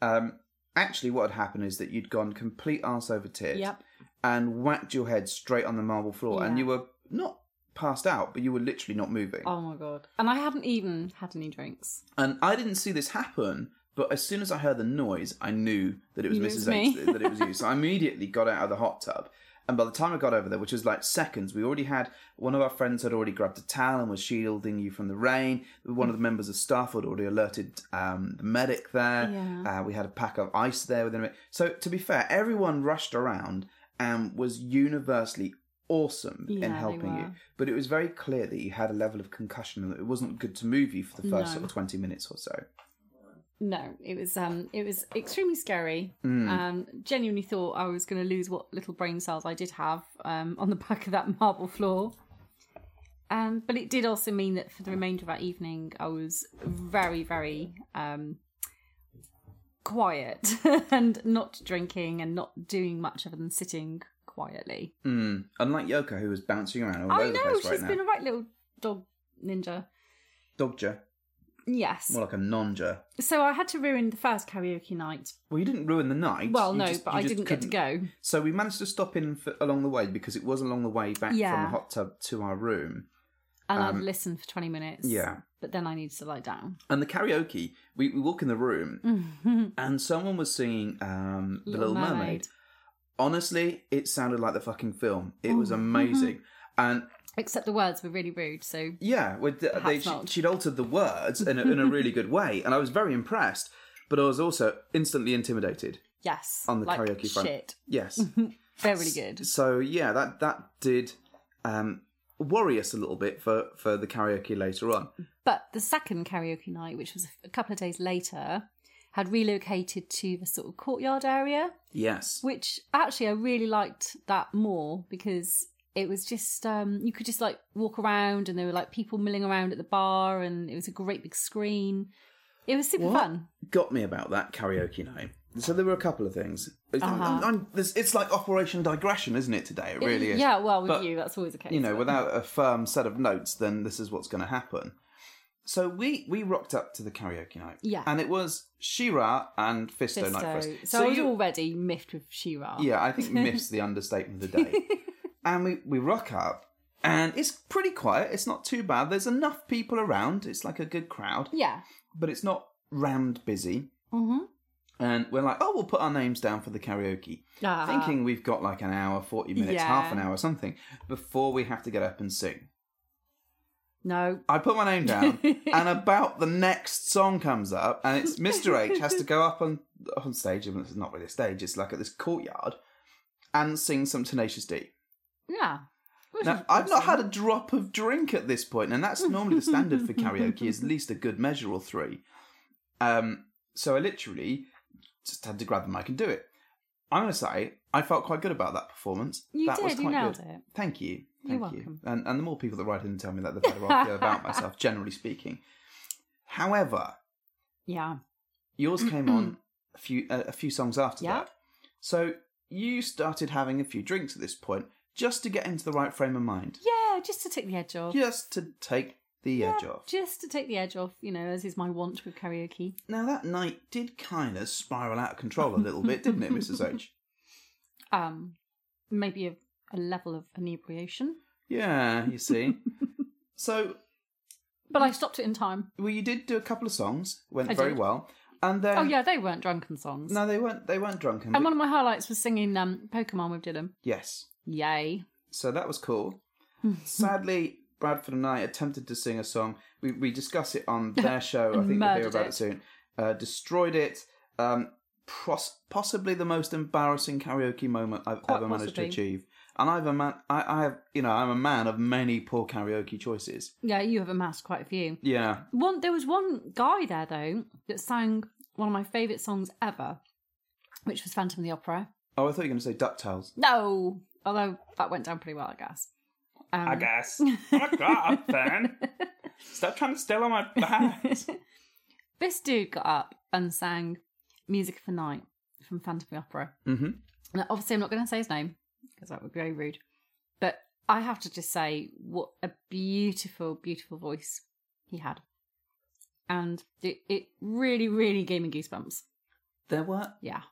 S3: Um, actually, what had happened is that you'd gone complete arse over tits
S2: Yep.
S3: and whacked your head straight on the marble floor, and
S2: Yeah.
S3: you were not passed out, but you were literally not moving.
S2: Oh my god. And I hadn't even had any drinks.
S3: And I didn't see this happen, but as soon as I heard the noise, I knew that it was
S2: You knew it
S3: Mrs.
S2: was me.
S3: H, that- that it was you. So I immediately got out of the hot tub And by the time I got over there, which was like seconds, we already had one of our friends had already grabbed a towel and was shielding you from the rain. One of the members of staff had already alerted um, the medic there.
S2: Yeah.
S3: Uh, we had a pack of ice there within a minute. So to be fair, everyone rushed around and was universally awesome
S2: Yeah,
S3: in
S2: they
S3: helping you.
S2: were.
S3: But it was very clear that you had a level of concussion and that it wasn't good to move you for the first
S2: No.
S3: sort of twenty minutes or so.
S2: No, it was um, it was extremely scary.
S3: Mm.
S2: Um, genuinely thought I was going to lose what little brain cells I did have um, on the back of that marble floor. Um, but it did also mean that for the remainder of that evening, I was very, very um, quiet and not drinking and not doing much other than sitting quietly.
S3: Mm. Unlike Yoko, who was bouncing around all
S2: I
S3: over the
S2: know
S3: place
S2: she's
S3: right now.
S2: been a right little dog ninja.
S3: Dodger,
S2: Yes.
S3: more like a nonja.
S2: so I had to ruin the first karaoke night.
S3: Well, you didn't ruin the night.
S2: Well,
S3: You
S2: no,
S3: just-
S2: but
S3: you
S2: I
S3: just
S2: didn't
S3: couldn't-
S2: get to go.
S3: So we managed to stop in for, along the way because it was along the way back from
S2: Yeah.
S3: the hot tub to our room.
S2: and
S3: Um,
S2: I'd listen for 20 minutes.
S3: yeah.
S2: But then I needed to lie down.
S3: And the karaoke, we, we walk in the room and someone was singing um, The Little, Mermaid. Honestly, it sounded like the fucking film. It was
S2: Oh.
S3: amazing. and
S2: Except the words were really rude, so
S3: yeah, with the, they,
S2: Perhaps
S3: she,
S2: not.
S3: she'd altered the words in a, in a really good way. And I was very impressed, but I was also instantly intimidated.
S2: yes.
S3: On the
S2: like,
S3: karaoke front.
S2: Shit.
S3: Yes.
S2: They're really good.
S3: So yeah, that that did um, worry us a little bit for for the karaoke later on.
S2: But the second karaoke night, which was a couple of days later, had relocated to the sort of courtyard area,
S3: Yes.
S2: which actually I really liked that more because it was just, um, you could just like walk around and there were like people milling around at the bar and it was a great big screen. It was super
S3: What
S2: fun.
S3: got me about that karaoke night? So there were a couple of things. It's- I'm-
S2: Uh-huh.
S3: I'm- I'm- this- it's like Operation Digression, isn't it? Today, it really is.
S2: Yeah, well, with
S3: But,
S2: you, that's always the case.
S3: You know,
S2: but-
S3: without a firm set of notes, then this is what's going to happen. So we we rocked up to the karaoke night.
S2: Yeah.
S3: And it was Shira and Fisto, night
S2: Fisto.
S3: for us.
S2: So, I was
S3: you-
S2: already miffed with Shira.
S3: Yeah, I think miff's the understatement of the day. and we, we rock up, and it's pretty quiet. It's not too bad. There's enough people around. It's like a good crowd,
S2: Yeah.
S3: but it's not rammed busy.
S2: Mhm.
S3: And we're like, oh, we'll put our names down for the karaoke.
S2: Ah.
S3: Thinking we've got like an hour, 40 minutes,
S2: Yeah.
S3: half an hour, something, before we have to get up and sing.
S2: No.
S3: I put my name down, and about the next song comes up, and it's Mr. H has to go up on on stage. and It's not really a stage; it's like at this courtyard, and sing some Tenacious D.
S2: Yeah. Which is
S3: Now, I've not
S2: awesome.
S3: had a drop of drink at this point, and that's normally the standard for karaoke is at least a good measure or three. Um, so I literally just had to grab the mic and do it. I'm going to say I felt quite good about that performance.
S2: You
S3: that
S2: did,
S3: was
S2: you
S3: quite
S2: nailed
S3: good.
S2: it.
S3: Thank you. Thank
S2: You're
S3: you
S2: welcome.
S3: And, and the more people that write in and tell me that, the better I feel about myself, generally speaking. However,
S2: Yeah.
S3: yours came on a few a, a few songs after
S2: Yeah.
S3: that. So you started having a few drinks at this point, just to get into the right frame of mind
S2: Yeah, just to take the edge off.
S3: just to take the edge
S2: Yeah,
S3: off.
S2: Just to take the edge off, you know, as is my want with karaoke.
S3: Now that night did kind of spiral out of control a little bit, didn't it, Mrs. H?
S2: Um, maybe a, a level of inebriation.
S3: Yeah, you see. so,
S2: But I stopped it in time.
S3: well, you did do a couple of songs, went
S2: I
S3: very
S2: did.
S3: well, and then
S2: Oh yeah, they weren't drunken songs.
S3: no, they weren't. They weren't drunken.
S2: And
S3: but-
S2: one of my highlights was singing um, Pokemon with Dylan.
S3: yes,
S2: Yay.
S3: so that was cool.
S2: Mm-hmm.
S3: Sadly, Bradford and I attempted to sing a song. We we discuss it on their show. I
S2: And
S3: think we'll hear
S2: murdered
S3: about it,
S2: it.
S3: soon. Uh, destroyed it. Um, pros- possibly the most embarrassing karaoke moment I've
S2: Quite
S3: ever managed to
S2: possibly.
S3: achieve. And I've a man. I, I have you know I'm a man of many poor karaoke choices.
S2: Yeah, you have amassed quite a few.
S3: Yeah.
S2: One, there was one guy there though that sang one of my favourite songs ever, which was Phantom of the Opera.
S3: Oh, I thought you were going to say Ducktales.
S2: No, although that went down pretty well, I guess. Um,
S3: guess. I'm a god fan. Stop trying to steal on my bags.
S2: This dude got up and sang "Music of the Night" from Phantom of the Opera.
S3: mm-hmm.
S2: And obviously, I'm not going to say his name because that would be very rude. But I have to just say, what a beautiful, beautiful voice he had, and it, it really, really gave me goosebumps.
S3: There were
S2: Yeah,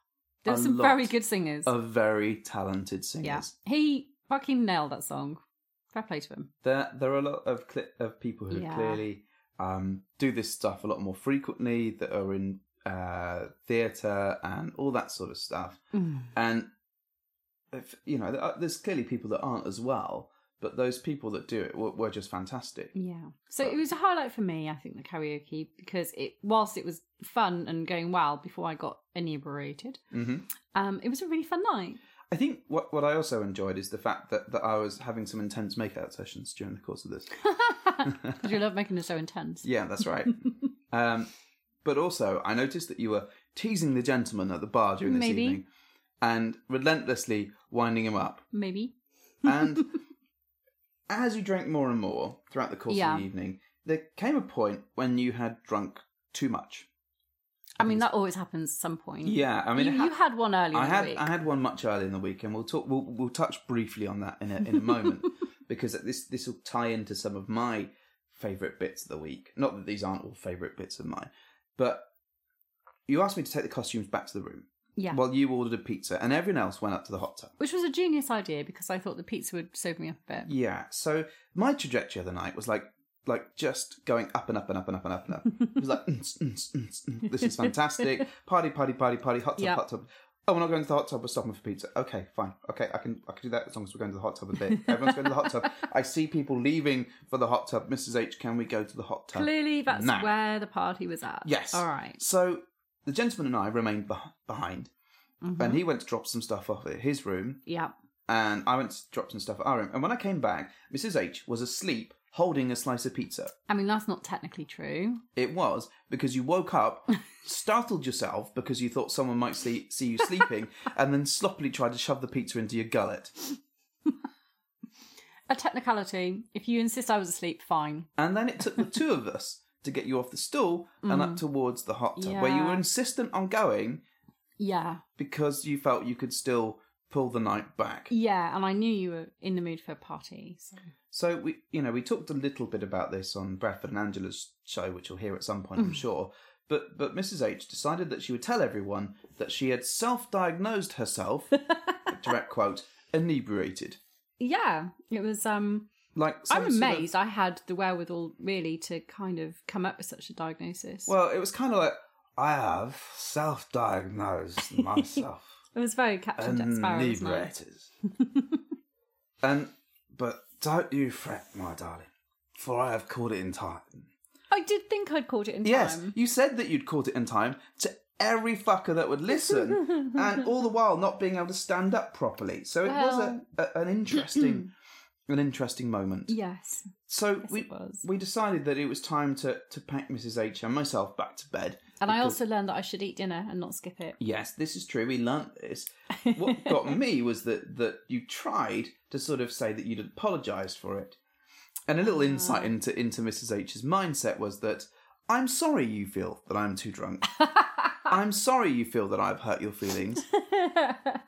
S2: there
S3: A
S2: were some very
S3: lot
S2: good singers.
S3: a very talented singers.
S2: Yeah, he fucking nailed that song. Fair play to him.
S3: there there are a lot of cli of people who
S2: Yeah.
S3: clearly um, do this stuff a lot more frequently that are in uh, theatre and all that sort of stuff. And if, you know, there are- there's clearly people that aren't as well, but those people that do it were, were just fantastic.
S2: Yeah. So it was a highlight for me, I think, the karaoke, because it whilst it was fun and going well before I got inebriated,
S3: hmm
S2: um, it was a really fun night.
S3: I think what what I also enjoyed is the fact that, that I was having some intense makeout sessions during the course of this.
S2: 'Cause you love making it so intense.
S3: Yeah, that's right. um, but also, I noticed that you were teasing the gentleman at the bar during this
S2: Maybe.
S3: evening and relentlessly winding him up.
S2: Maybe.
S3: And as you drank more and more throughout the course
S2: Yeah.
S3: of the evening, there came a point when you had drunk too much.
S2: I mean, that always happens at some point.
S3: Yeah, I mean,
S2: you,
S3: it ha-
S2: you had one earlier
S3: I
S2: in
S3: had
S2: the week.
S3: I had one much earlier in the week, and we'll talk. We'll, we'll touch briefly on that in a in a moment because this this will tie into some of my favourite bits of the week. Not that these aren't all favourite bits of mine, but you asked me to take the costumes back to the room
S2: yeah.
S3: while you ordered a pizza, and everyone else went up to the hot tub.
S2: Which was a genius idea because I thought the pizza would sober me up a bit.
S3: Yeah. So my trajectory of the night was like like just going up and up and up and up and up and up. it was like "Mm, mm, mm, mm, this is fantastic. Party, party, party, party, hot tub,
S2: Yeah.
S3: hot tub. Oh, we're not going to the hot tub, we're stopping for pizza. Okay, fine. Okay, I can I can do that as long as we're going to the hot tub a bit. Everyone's going to the hot tub. I see people leaving for the hot tub. Mrs. H, can we go to the hot tub?
S2: Clearly, that's
S3: Nah.
S2: where the party was at.
S3: Yes.
S2: All right.
S3: So the gentleman and I remained beh- behind,
S2: Mm-hmm.
S3: and he went to drop some stuff off at his room,
S2: Yeah.
S3: and I went to drop some stuff at our room. And when I came back, Mrs. H was asleep holding a slice of pizza.
S2: I mean, that's not technically true.
S3: It was because you woke up, startled yourself because you thought someone might see, see you sleeping, and then sloppily tried to shove the pizza into your gullet.
S2: A technicality. If you insist I was asleep, fine.
S3: And then it took the two of us to get you off the stool and up towards the hot tub, where you were
S2: Yeah.
S3: insistent on going
S2: Yeah.
S3: because you felt you could still pull the night back.
S2: Yeah. And I knew you were in the mood for a party. So.
S3: So we, you know, we talked a little bit about this on Bradford and Angela's show, which you'll hear at some point,
S2: Mm.
S3: I'm sure. But but Mrs H decided that she would tell everyone that she had self-diagnosed herself, direct quote, inebriated.
S2: Yeah. It was. um
S3: Like some
S2: I'm
S3: sort of-
S2: amazed I had the wherewithal really to kind of come up with such a diagnosis.
S3: well, it was kind of like I have self-diagnosed myself
S2: it was very Captain Jack Sparrow. wasn't it?
S3: inebriated. and but don't you fret, my darling, for I have called it in time.
S2: I did think I'd caught it in
S3: Yes,
S2: time.
S3: you said that you'd caught it in time to every fucker that would listen, and all the while not being able to stand up properly. So it was
S2: Well-
S3: a, a, an interesting, an interesting moment.
S2: Yes.
S3: so
S2: yes,
S3: we
S2: it was.
S3: we decided that it was time to to pack Mrs H and myself back to bed.
S2: And I
S3: because-
S2: also learned that I should eat dinner and not skip it.
S3: Yes, this is true. We learnt this. What got me was that that you tried to sort of say that you'd apologised for it, and a little insight into into Mrs H's mindset was that I'm sorry you feel that I'm too drunk. I'm sorry you feel that I've hurt your feelings.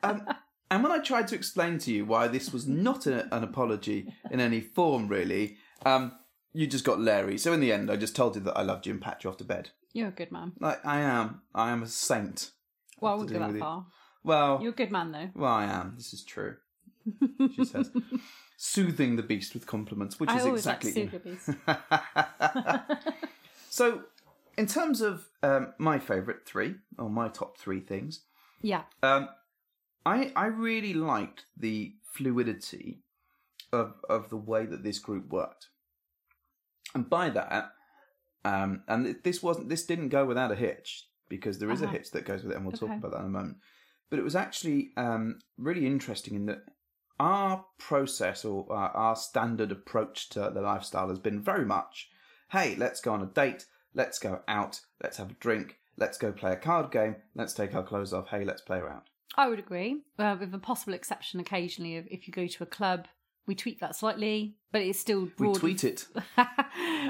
S3: Um, and when I tried to explain to you why this was not a, an apology in any form, really, um, you just got Larry. So in the end, I just told you that I loved you and packed you off to bed.
S2: You're a good man.
S3: Like I am, I am a saint.
S2: Well, I wouldn't
S3: do
S2: go
S3: with
S2: that
S3: it.
S2: far.
S3: Well,
S2: You're a good man, though.
S3: well, I am. This is true. She says, soothing the beast with compliments, which
S2: I
S3: is
S2: always
S3: exactly.
S2: like Sugar Beast.
S3: so, in terms of um, my favourite three or my top three things,
S2: yeah.
S3: um, I I really liked the fluidity of of the way that this group worked, and by that, um, and th- this wasn't this didn't go without a hitch because there is a
S2: Uh-huh.
S3: hitch that goes with it, and we'll talk
S2: Okay.
S3: about that in a moment. But it was actually um, really interesting in that our process or our, our standard approach to the lifestyle has been very much, hey, let's go on a date, let's go out, let's have a drink, let's go play a card game, let's take our clothes off, hey, let's play around.
S2: I would agree, uh, with a possible exception occasionally of if you go to a club. We tweak that slightly, but it still
S3: We
S2: broadly
S3: tweet it.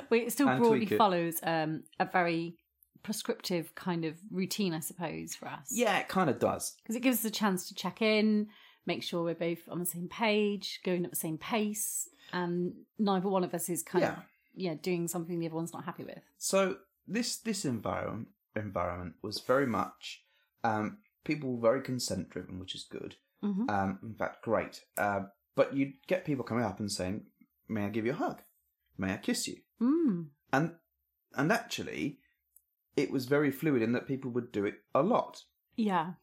S2: Well, it still
S3: And
S2: broadly
S3: tweak it.
S2: follows um, a very prescriptive kind of routine, I suppose, for us.
S3: Yeah, it kind of does.
S2: Because it gives us a chance to check in, make sure we're both on the same page, going at the same pace, and neither one of us is kind of
S3: Yeah.
S2: yeah doing something the other one's not happy with.
S3: So this this environment environment was very much um, people were very consent driven, which is good.
S2: Mhm.
S3: Um, in fact, great. Um but you'd get people coming up and saying, "May I give you a hug? May I kiss you?"
S2: Mm.
S3: And and actually, it was very fluid in that people would do it a lot.
S2: Yeah.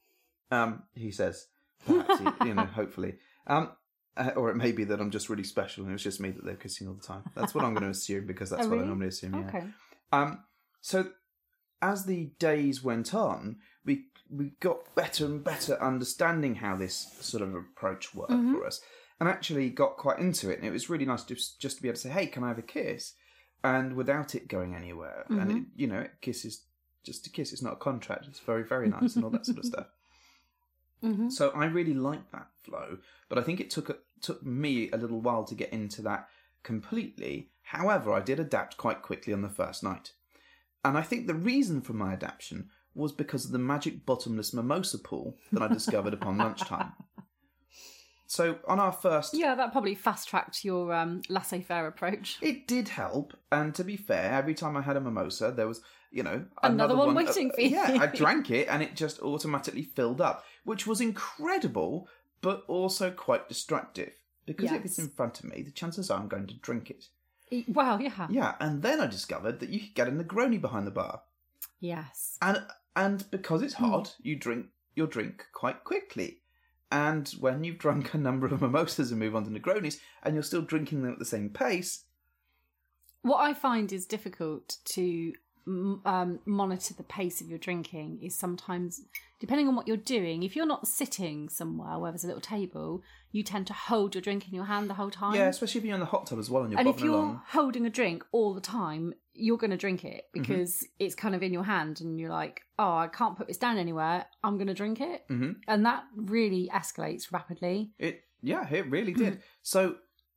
S3: Um, he says, Perhaps, you- you know, hopefully. Um, uh, or it may be that I'm just really special and it's just me that they're kissing all the time. That's what I'm going to assume because that's
S2: Oh,
S3: what I
S2: really?
S3: normally assume. Yeah.
S2: Okay.
S3: Um, so as the days went on, we we got better and better understanding how this sort of approach worked for us, and actually got quite into it. And it was really nice just just to be able to say, "Hey, can I have a kiss?" and without it going anywhere. And it, you know, it kisses just a kiss. It's not a contract. It's very very nice and all that sort of stuff.
S2: Mm-hmm.
S3: So I really liked that flow, but I think it took took me a little while to get into that completely. However, I did adapt quite quickly on the first night. And I think the reason for my adaptation was because of the magic bottomless mimosa pool that I discovered upon lunchtime. So on our first
S2: Yeah, that probably fast tracked your um, laissez faire approach.
S3: it did help, and to be fair, every time I had a mimosa, there was, you know, uh,
S2: Another one waiting for you.
S3: Yeah, I drank it, and it just automatically filled up, which was incredible, but also quite destructive because if it's
S2: Yes.
S3: in front of me, the chances are I'm going to drink it.
S2: E- Well, yeah.
S3: Yeah, and then I discovered that you could get a Negroni behind the bar,
S2: Yes.
S3: and and because
S2: Hmm.
S3: it's hard, you drink your drink quite quickly. And when you've drunk a number of mimosas and move on to Negronis, and you're still drinking them at the same pace,
S2: What I find is difficult to m- um, monitor the pace of your drinking is sometimes, depending on what you're doing, if you're not sitting somewhere where there's a little table, you tend to hold your drink in your hand the whole time.
S3: Yeah, especially if you're in the hot tub as well and you're
S2: and
S3: bobbing
S2: if you're
S3: along. Mm-hmm.
S2: holding a drink all the time, you're going to drink it because it's kind of in your hand and you're like, oh, I can't put this down anywhere. I'm going to drink it.
S3: Mhm.
S2: And that really escalates rapidly.
S3: It yeah, it really did.
S2: Mm.
S3: so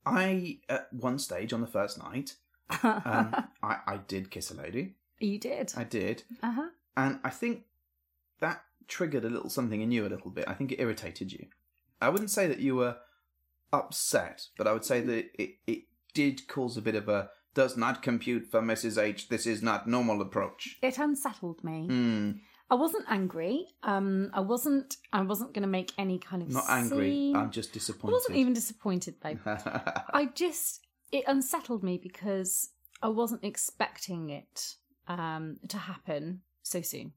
S3: I at one stage on the first night, um, I, I did kiss a lady.
S2: You did.
S3: I did,
S2: Uh huh.
S3: and I think that triggered a little something in you a little bit. I think it irritated you. I wouldn't say that you were upset, but I would say that it it did cause a bit of a does not compute for Mrs H. This is not normal approach.
S2: It unsettled me.
S3: Hmm.
S2: I wasn't angry. Um, I wasn't. I wasn't going to make any kind of
S3: not angry.
S2: Scene.
S3: I'm just
S2: I
S3: disappointed.
S2: wasn't even disappointed though. I just it unsettled me because I wasn't expecting it um, to happen so soon.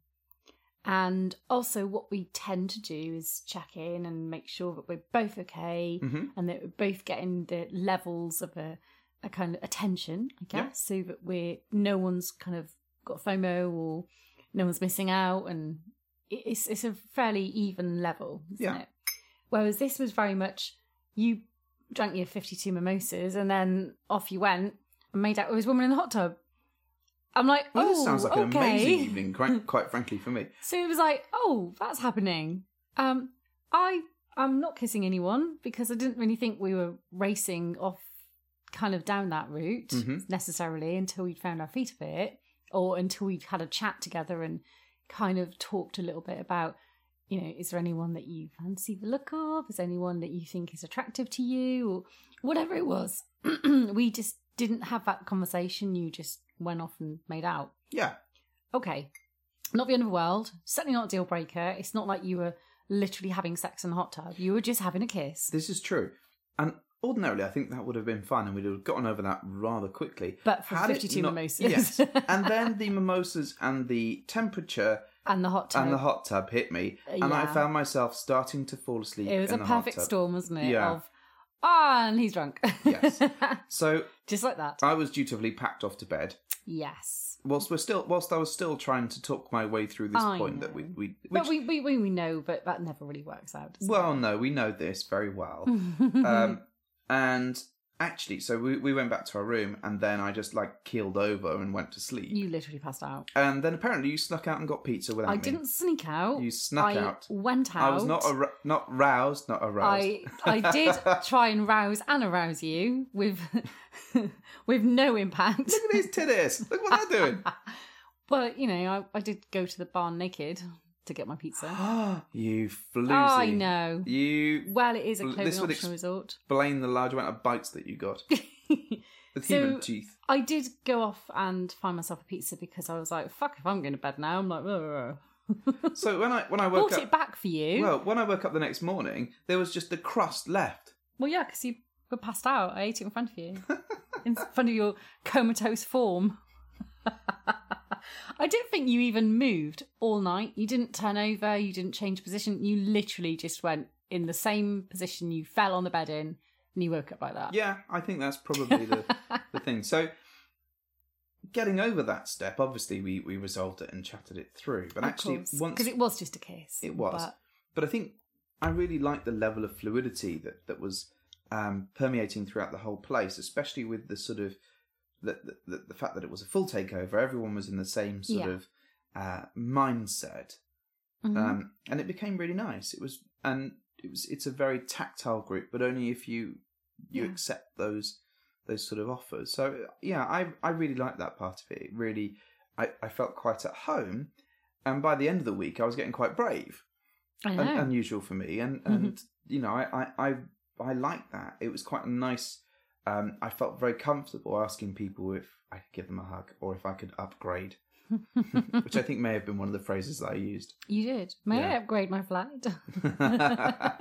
S2: And also, what we tend to do is check in and make sure that we're both okay
S3: Mhm.
S2: and that we're both getting the levels of a, a kind of attention, I
S3: Yeah.
S2: guess, so that we're no one's kind of got FOMO or no one's missing out, and it- it's it's a fairly even level, isn't
S3: Yeah.
S2: it? Whereas this was very much you drank your 52 mimosas and then off you went and made out with this woman in the hot tub. I'm like,
S3: Well,
S2: oh,
S3: this sounds like
S2: okay. Hmm.
S3: an amazing evening, quite, quite frankly, for me.
S2: So it was like, oh, that's happening. Um, I I'm not kissing anyone because I didn't really think we were racing off kind of down that route necessarily until we'd found our feet a bit or until we'd had a chat together and kind of talked a little bit about you know is there anyone that you fancy the look of is there anyone that you think is attractive to you or whatever it was we just didn't have that conversation you just went off and made out
S3: Yeah,
S2: okay, not the end of the world. Certainly not a deal breaker. It's not like you were literally having sex in the hot tub. You were just having a kiss.
S3: this is true. And ordinarily, I think that would have been fun, and we'd have gotten over that rather quickly.
S2: But for
S3: Had it
S2: 52
S3: not-
S2: mimosas.
S3: yes. And then the mimosas and the temperature
S2: And the hot tub.
S3: and the hot tub hit me, and I
S2: Yeah.
S3: found myself starting to fall asleep.
S2: it was
S3: in
S2: a
S3: the hot
S2: perfect
S3: tub.
S2: storm, wasn't it?
S3: Yeah.
S2: Of, ah, and he's drunk.
S3: Yes. So
S2: just like that.
S3: I was dutifully packed off to bed.
S2: yes.
S3: Whilst we're still, whilst I was still trying to talk my way through this
S2: I
S3: point that
S2: know.
S3: we we,
S2: But
S3: which-
S2: we, we, we, we know, but that never really works out. does it?
S3: Well, no, we know this very well. um, and actually, so we, we went back to our room, and then I just like keeled over and went to sleep.
S2: you literally passed out.
S3: And then apparently you snuck out and got pizza without
S2: I
S3: me.
S2: didn't sneak out.
S3: You snuck
S2: I
S3: out.
S2: went out.
S3: I was not ar- not roused, not aroused.
S2: I I did try and rouse and arouse you with with no impact.
S3: Look at these titties. Look what they're doing.
S2: But you know, I, I did go to the barn naked to get my pizza. Ah,
S3: you floozy.
S2: Oh, I know.
S3: You
S2: Well, it is a
S3: Well,
S2: clothing
S3: this would
S2: optional
S3: ex-
S2: resort.
S3: blame the large amount of bites that you got. With human teeth.
S2: I did go off and find myself a pizza because I was like, "Fuck! If I'm going to bed now, I'm like, "Ugh."
S3: So when I when I woke
S2: bought
S3: up,
S2: it back for you." Well,
S3: well, when I woke up the next morning, there was just the crust left.
S2: yeah, because you were passed out. I ate it in front of you, in front of your comatose form. I didn't think you even moved all night. You didn't turn over. You didn't change position. You literally just went in the same position you fell on the bed in and you woke up like that.
S3: Yeah, I think that's probably the, the thing. So, getting over that step, obviously, we, we resolved it and chatted it through. But actually, once
S2: because it was just a kiss.
S3: It was.
S2: But,
S3: But I think I really liked the level of fluidity that that was um, permeating throughout the whole place, especially with the sort of the, the- the the fact that it was a full takeover. Everyone was in the same sort
S2: Yeah.
S3: of uh, mindset,
S2: Mhm.
S3: um, and it became really nice. It was and it was it's a very tactile group, but only if you you
S2: Yeah.
S3: accept those those sort of offers. So yeah, I I really liked that part of it. It really I, I felt quite at home, and by the end of the week, I was getting quite brave
S2: I know. Mm-hmm.
S3: un- unusual for me, and and you know, I I I, I like that. It was quite a nice. Um, I felt very comfortable asking people if I could give them a hug or if I could upgrade, which I think may have been one of the phrases that I used.
S2: you did. May I
S3: Yeah.
S2: upgrade my flight?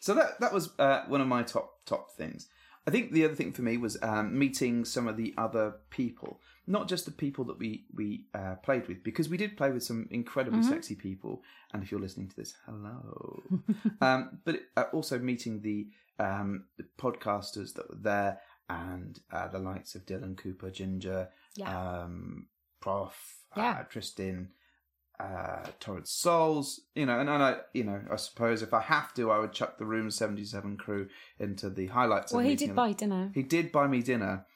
S3: so that that was uh, one of my top top things. I think the other thing for me was um, meeting some of the other people, not just the people that we we uh, played with, because we did play with some incredibly sexy people. And if you're listening to this, hello. um, but uh, also meeting the, um, the podcasters that were there and uh, the likes of Dylan Cooper, Ginger,
S2: Yeah.
S3: um, Prof,
S2: Yeah.
S3: uh, Tristan, uh, Torrid Souls, you know, and, and I, you know, I suppose if I have to, I would chuck the Room Seventy Seven crew into the highlights. of
S2: well, he
S3: meeting
S2: did
S3: them.
S2: buy dinner.
S3: He did buy me dinner,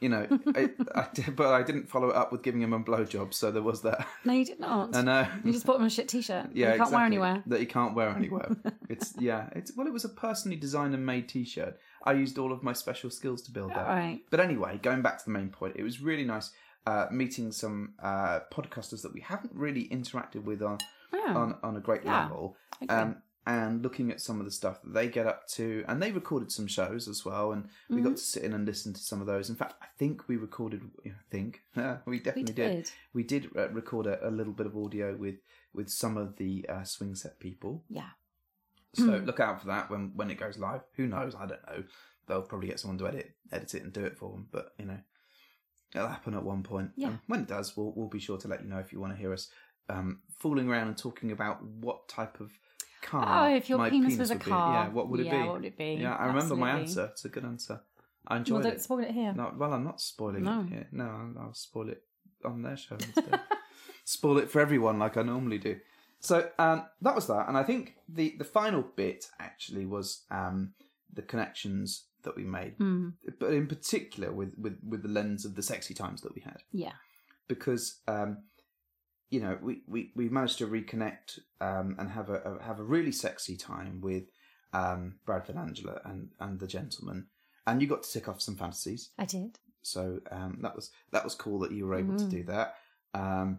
S3: you know, I, I did, but I didn't follow it up with giving him a blowjob, so there was that. uh,
S2: No, you did not.
S3: I know.
S2: You just bought him a shit t-shirt.
S3: Yeah,
S2: you can't
S3: exactly.
S2: wear anywhere.
S3: That he can't wear anywhere. it's yeah. It's well, it was a personally designed and made T-shirt. I used all of my special skills to build that.
S2: All right.
S3: But anyway, going back to the main point, it was really nice uh, meeting some uh, podcasters that we haven't really interacted with on
S2: Oh,
S3: on, on a great
S2: Yeah.
S3: level.
S2: Okay.
S3: Um, and looking at some of the stuff that they get up to, and they recorded some shows as well, and we
S2: Mm-hmm.
S3: got to sit in and listen to some of those. In fact, I think we recorded. I think we definitely
S2: did.
S3: We did uh, record a, a little bit of audio with with some of the uh, swing set people.
S2: yeah. Hmm.
S3: So look out for that when when it goes live. Who knows? I don't know. They'll probably get someone to edit edit it and do it for them. But you know, it'll happen at one point.
S2: Yeah.
S3: And when it does, we'll we'll be sure to let you know if you want to hear us um, fooling around and talking about what type of car.
S2: Oh, if your
S3: my
S2: penis was a
S3: would be.
S2: car.
S3: yeah. What would it
S2: Yeah,
S3: be?
S2: what would it be?
S3: Yeah, I remember my
S2: Absolutely.
S3: answer. It's a good answer. I
S2: Well,
S3: enjoyed
S2: don't
S3: it.
S2: spoil it here.
S3: No, well, I'm not spoiling
S2: No.
S3: it here. No, I'll, I'll spoil it on their show instead. spoil it for everyone like I normally do. So um, that was that, and I think the the final bit actually was um, the connections that we made,
S2: Mm-hmm.
S3: but in particular with, with with the lens of the sexy times that we had,
S2: Yeah.
S3: because um, you know we, we, we managed to reconnect um, and have a, a have a really sexy time with um, Bradford Angela and and the gentleman, and you got to tick off some fantasies.
S2: I did.
S3: So um, that was that was cool that you were able to do that. Um,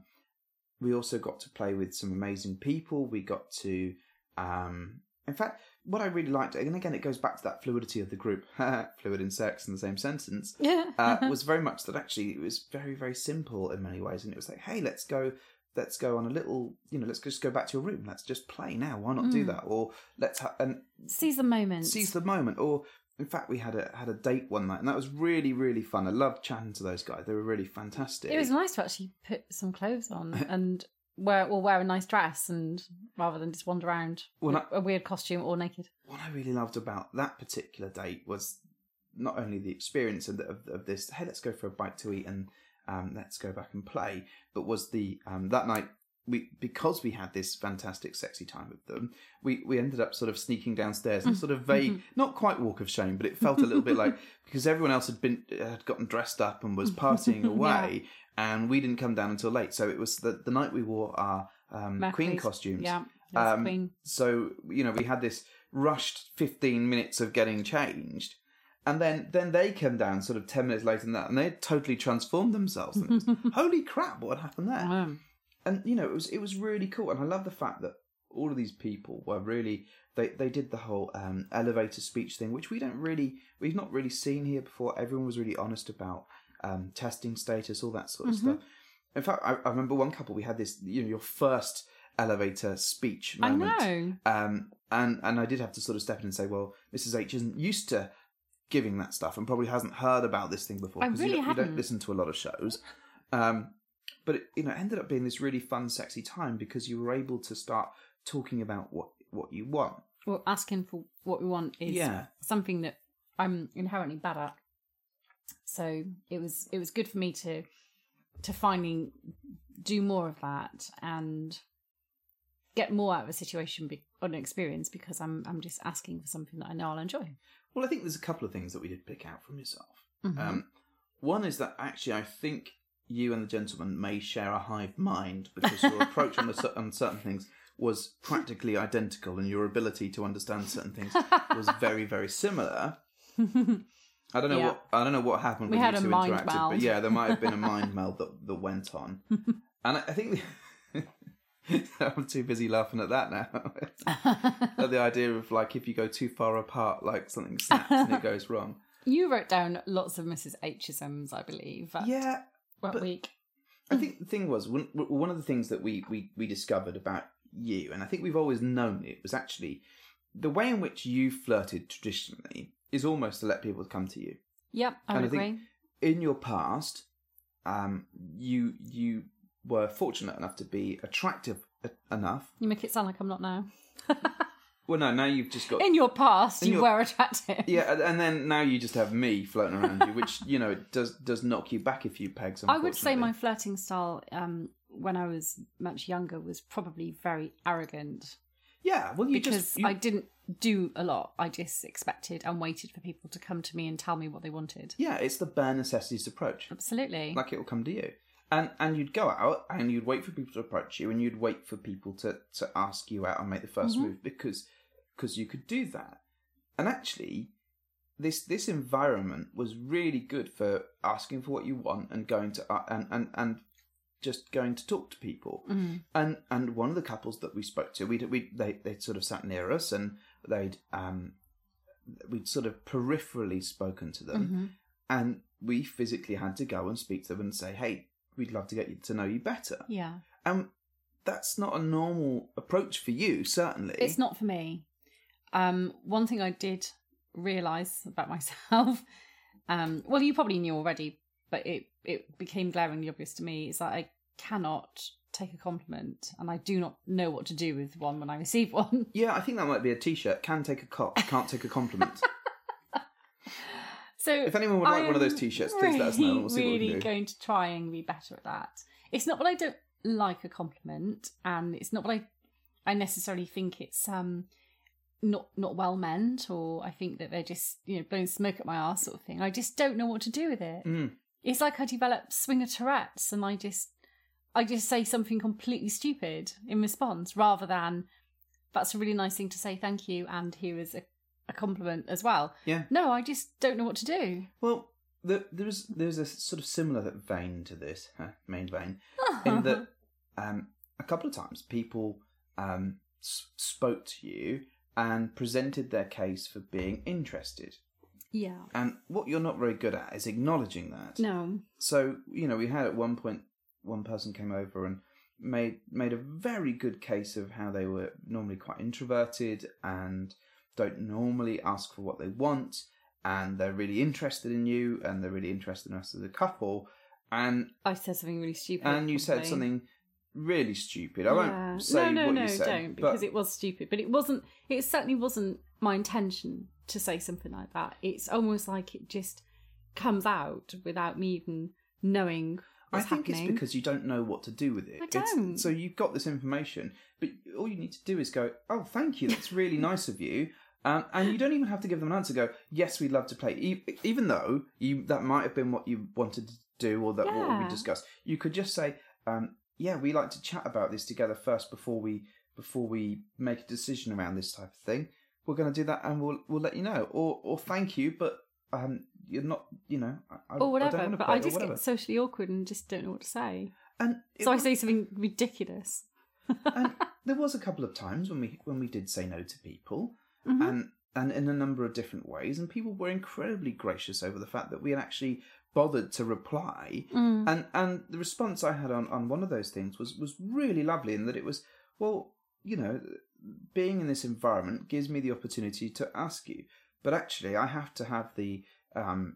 S3: we also got to play with some amazing people. We got to, um, in fact, what I really liked, and again, it goes back to that fluidity of the group, fluid in sex in the same sentence,
S2: Yeah.
S3: uh, was very much that actually it was very very simple in many ways, and it was like, hey, let's go. Let's go on a little, you know. Let's just go back to your room. Let's just play now. Why not do that? Or let's ha- and
S2: Seize the moment.
S3: seize the moment. Or in fact, we had a had a date one night, and that was really really fun. I loved chatting to those guys; they were really fantastic.
S2: It was nice to actually put some clothes on and wear or wear a nice dress and rather than just wander around
S3: Well,
S2: with
S3: that-
S2: a weird costume all naked.
S3: what I really loved about that particular date was not only the experience of, the, of, of this. Hey, let's go for a bite to eat, and um, let's go back and play. But was the um, that night. We, because we had this fantastic sexy time with them, we, we ended up sort of sneaking downstairs and sort of vague, not quite walk of shame, but it felt a little bit like because everyone else had been had gotten dressed up and was partying away, and we didn't come down until late. So it was the, the night we wore our um, queen
S2: Mercury's-
S3: costumes.
S2: Yeah. it was
S3: Um,
S2: queen.
S3: So you know, we had this rushed fifteen minutes of getting changed, and then then they came down sort of ten minutes later than that, and they had totally transformed themselves. And it was, Holy crap! What had happened there?
S2: Um,
S3: and you know it was it was really cool and i love the fact that all of these people were really they they did the whole um elevator speech thing which we don't really we've not really seen here before everyone was really honest about um testing status all that sort of
S2: Mm-hmm.
S3: stuff in fact I, I remember one couple we had this you know your first elevator speech
S2: I
S3: moment
S2: know.
S3: um, and and I did have to sort of step in and say, well, Mrs H isn't used to giving that stuff and probably hasn't heard about this thing before
S2: I
S3: you,
S2: really
S3: don't- you don't
S2: hadn't.
S3: listen to a lot of shows. Um, but it, you know, it ended up being this really fun, sexy time because you were able to start talking about what what you want.
S2: Well, asking for what we want is
S3: Yeah.
S2: something that I'm inherently bad at. So it was it was good for me to to finally do more of that and get more out of a situation be, on an experience because I'm I'm just asking for something that I know I'll enjoy.
S3: Well, I think there's a couple of things that we did pick out from yourself.
S2: Mhm.
S3: Um, one is that actually, I think you and the gentleman may share a hive mind because your approach on, the, cer- on certain things was practically identical, and your ability to understand certain things was very, very similar. I don't know
S2: Yeah.
S3: what I don't know what happened
S2: We
S3: when
S2: had
S3: you
S2: a
S3: two
S2: mind
S3: interacted, but
S2: meld.
S3: yeah, there might have been a mind meld that, that went on, and I, I think. I'm too busy laughing at that now. At the idea of like if you go too far apart, like something snaps and it goes wrong.
S2: You wrote down lots of Mrs. HSMs, I believe, that,
S3: Yeah,
S2: that
S3: but-
S2: week.
S3: I think the thing was one, one of the things that we, we we discovered about you, and I think we've always known it was actually the way in which you flirted traditionally is almost to let people come to you.
S2: Yep, I
S3: And
S2: would
S3: I think-
S2: agree.
S3: In your past, um, you you were fortunate enough to be attractive e- enough.
S2: You make it sound like I'm not now.
S3: Well, no, now you've just got
S2: In your past,
S3: In
S2: you
S3: your-
S2: were attractive.
S3: yeah, and- and then now you just have me floating around you, which you know it does does knock you back a few pegs.
S2: I would say
S3: unfortunately.
S2: my flirting style um, when I was much younger was probably very arrogant
S3: yeah. Well, you
S2: because
S3: just you-
S2: I didn't do a lot. I just expected and waited for people to come to me and tell me what they wanted.
S3: yeah, it's the bare necessities approach.
S2: Absolutely.
S3: like it'll come to you and and you'd go out and you'd wait for people to approach you and you'd wait for people to to ask you out and make the 1st move because because you could do that and actually this this environment was really good for asking for what you want and going to uh, and and and just going to talk to people
S2: Mm-hmm.
S3: and and one of the couples that we spoke to we we they they sort of sat near us and they'd um we'd sort of peripherally spoken to them
S2: Mm-hmm.
S3: and we physically had to go and speak to them and say, "Hey, we'd love to get you to know you better."
S2: yeah.
S3: And that's not a normal approach for you, certainly.
S2: It's not for me. Um, one thing I did realise about myself, um, well, you probably knew already, but it, it became glaringly obvious to me, is that I cannot take a compliment and I do not know what to do with one when I receive one.
S3: Yeah, I think that might be a T-shirt. Can take a cop, can't take a compliment.
S2: So
S3: If anyone would like one of those
S2: I'm
S3: t-shirts, please let us know and we'll see what we
S2: really,
S3: can
S2: really
S3: do.
S2: going to try and be better at that. It's not that I don't like a compliment, and it's not that I, I necessarily think it's um not not well meant, or I think that they're just you know blowing smoke at my arse sort of thing. I just don't know what to do with it.
S3: Mm.
S2: It's like I develop swinger Tourette's, and I just I just say something completely stupid in response, rather than that's a really nice thing to say, thank you, and here is a, a compliment as well.
S3: yeah.
S2: No, I just don't know what to do.
S3: Well, the, there's there's a sort of similar vein to this huh, main vein in that um, a couple of times people um, s- spoke to you and presented their case for being interested.
S2: Yeah.
S3: And what you're not very good at is acknowledging that.
S2: No.
S3: So you know, we had at one point one person came over and made made a very good case of how they were normally quite introverted and don't normally ask for what they want, and they're really interested in you, and they're really interested in us as a couple, and
S2: I said something really stupid.
S3: and you said
S2: probably.
S3: something really stupid. I
S2: Yeah.
S3: won't say
S2: no, no,
S3: what
S2: no,
S3: you said,
S2: don't,
S3: but
S2: because it was stupid. But it wasn't. It certainly wasn't my intention to say something like that. It's almost like it just comes out without me even knowing.
S3: I
S2: What's
S3: think
S2: happening.
S3: it's because you don't know what to do with it.
S2: I
S3: It's-
S2: don't.
S3: so you've got this information, but all you need to do is go, "Oh, thank you. That's really nice of you." Um, and you don't even have to give them an answer. Go, "Yes, we'd love to play," E- even though you that might have been what you wanted to do or that what we
S2: Yeah.
S3: discussed. You could just say, um, "Yeah, we like to chat about this together first before we before we make a decision around this type of thing. We're going to do that, and we'll we'll let you know." Or or thank you, but um, you're not, you know, I, I-
S2: or
S3: I
S2: whatever,
S3: don't want to
S2: but
S3: play
S2: I
S3: or
S2: just
S3: whatever.
S2: get socially awkward and just don't know what to say.
S3: and it
S2: So I
S3: was-
S2: say something ridiculous.
S3: and there was a couple of times when we when we did say no to people and and in a number of different ways and people were incredibly gracious over the fact that we had actually bothered to reply and and the response i had on on one of those things was was really lovely in that it was well you know being in this environment gives me the opportunity to ask you but actually i have to have the um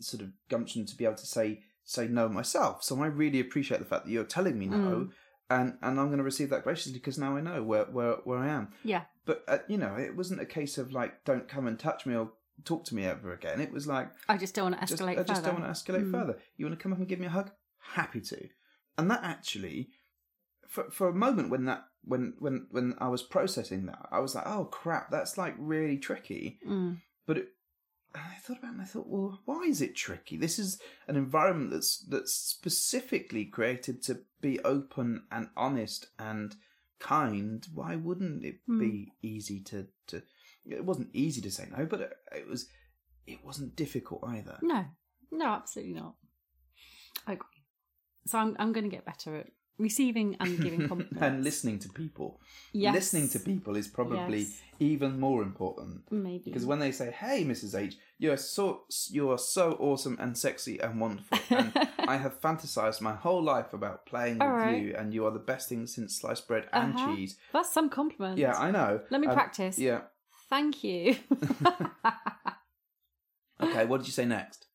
S3: sort of gumption to be able to say say no myself. So I really appreciate the fact that you're telling me no, and and I'm going to receive that graciously because now I know where where where I am.
S2: Yeah.
S3: But uh, you know, it wasn't a case of like, don't come and touch me or talk to me ever again. It was like,
S2: I just don't want to
S3: just,
S2: escalate
S3: I just
S2: further. Hmm.
S3: don't want to escalate further. You want to come up and give me a hug? Happy to. And that actually, for for a moment when that when when when I was processing that, I was like, oh crap, that's like really tricky.
S2: Mm.
S3: But it, and I thought about it and I thought, well, why is it tricky? This is an environment that's that's specifically created to be open and honest and kind. Why wouldn't it
S2: Hmm.
S3: be easy to to? It wasn't easy to say no, but it, it was. It wasn't difficult either.
S2: No, no, absolutely not. I agree. So I'm I'm going to get better at receiving and giving compliments
S3: and listening to people.
S2: Yes.
S3: Listening to people is probably
S2: Yes.
S3: even more important
S2: Maybe
S3: because when they say, "Hey, Mrs. H, you are so you are so awesome and sexy and wonderful," and I have fantasized my whole life about playing
S2: All
S3: with
S2: right.
S3: you, and you are the best thing since sliced bread and
S2: Uh-huh.
S3: cheese.
S2: that's some compliment.
S3: Yeah, I know.
S2: Let me
S3: Um,
S2: practice.
S3: Yeah.
S2: Thank you.
S3: Okay. What did you say next?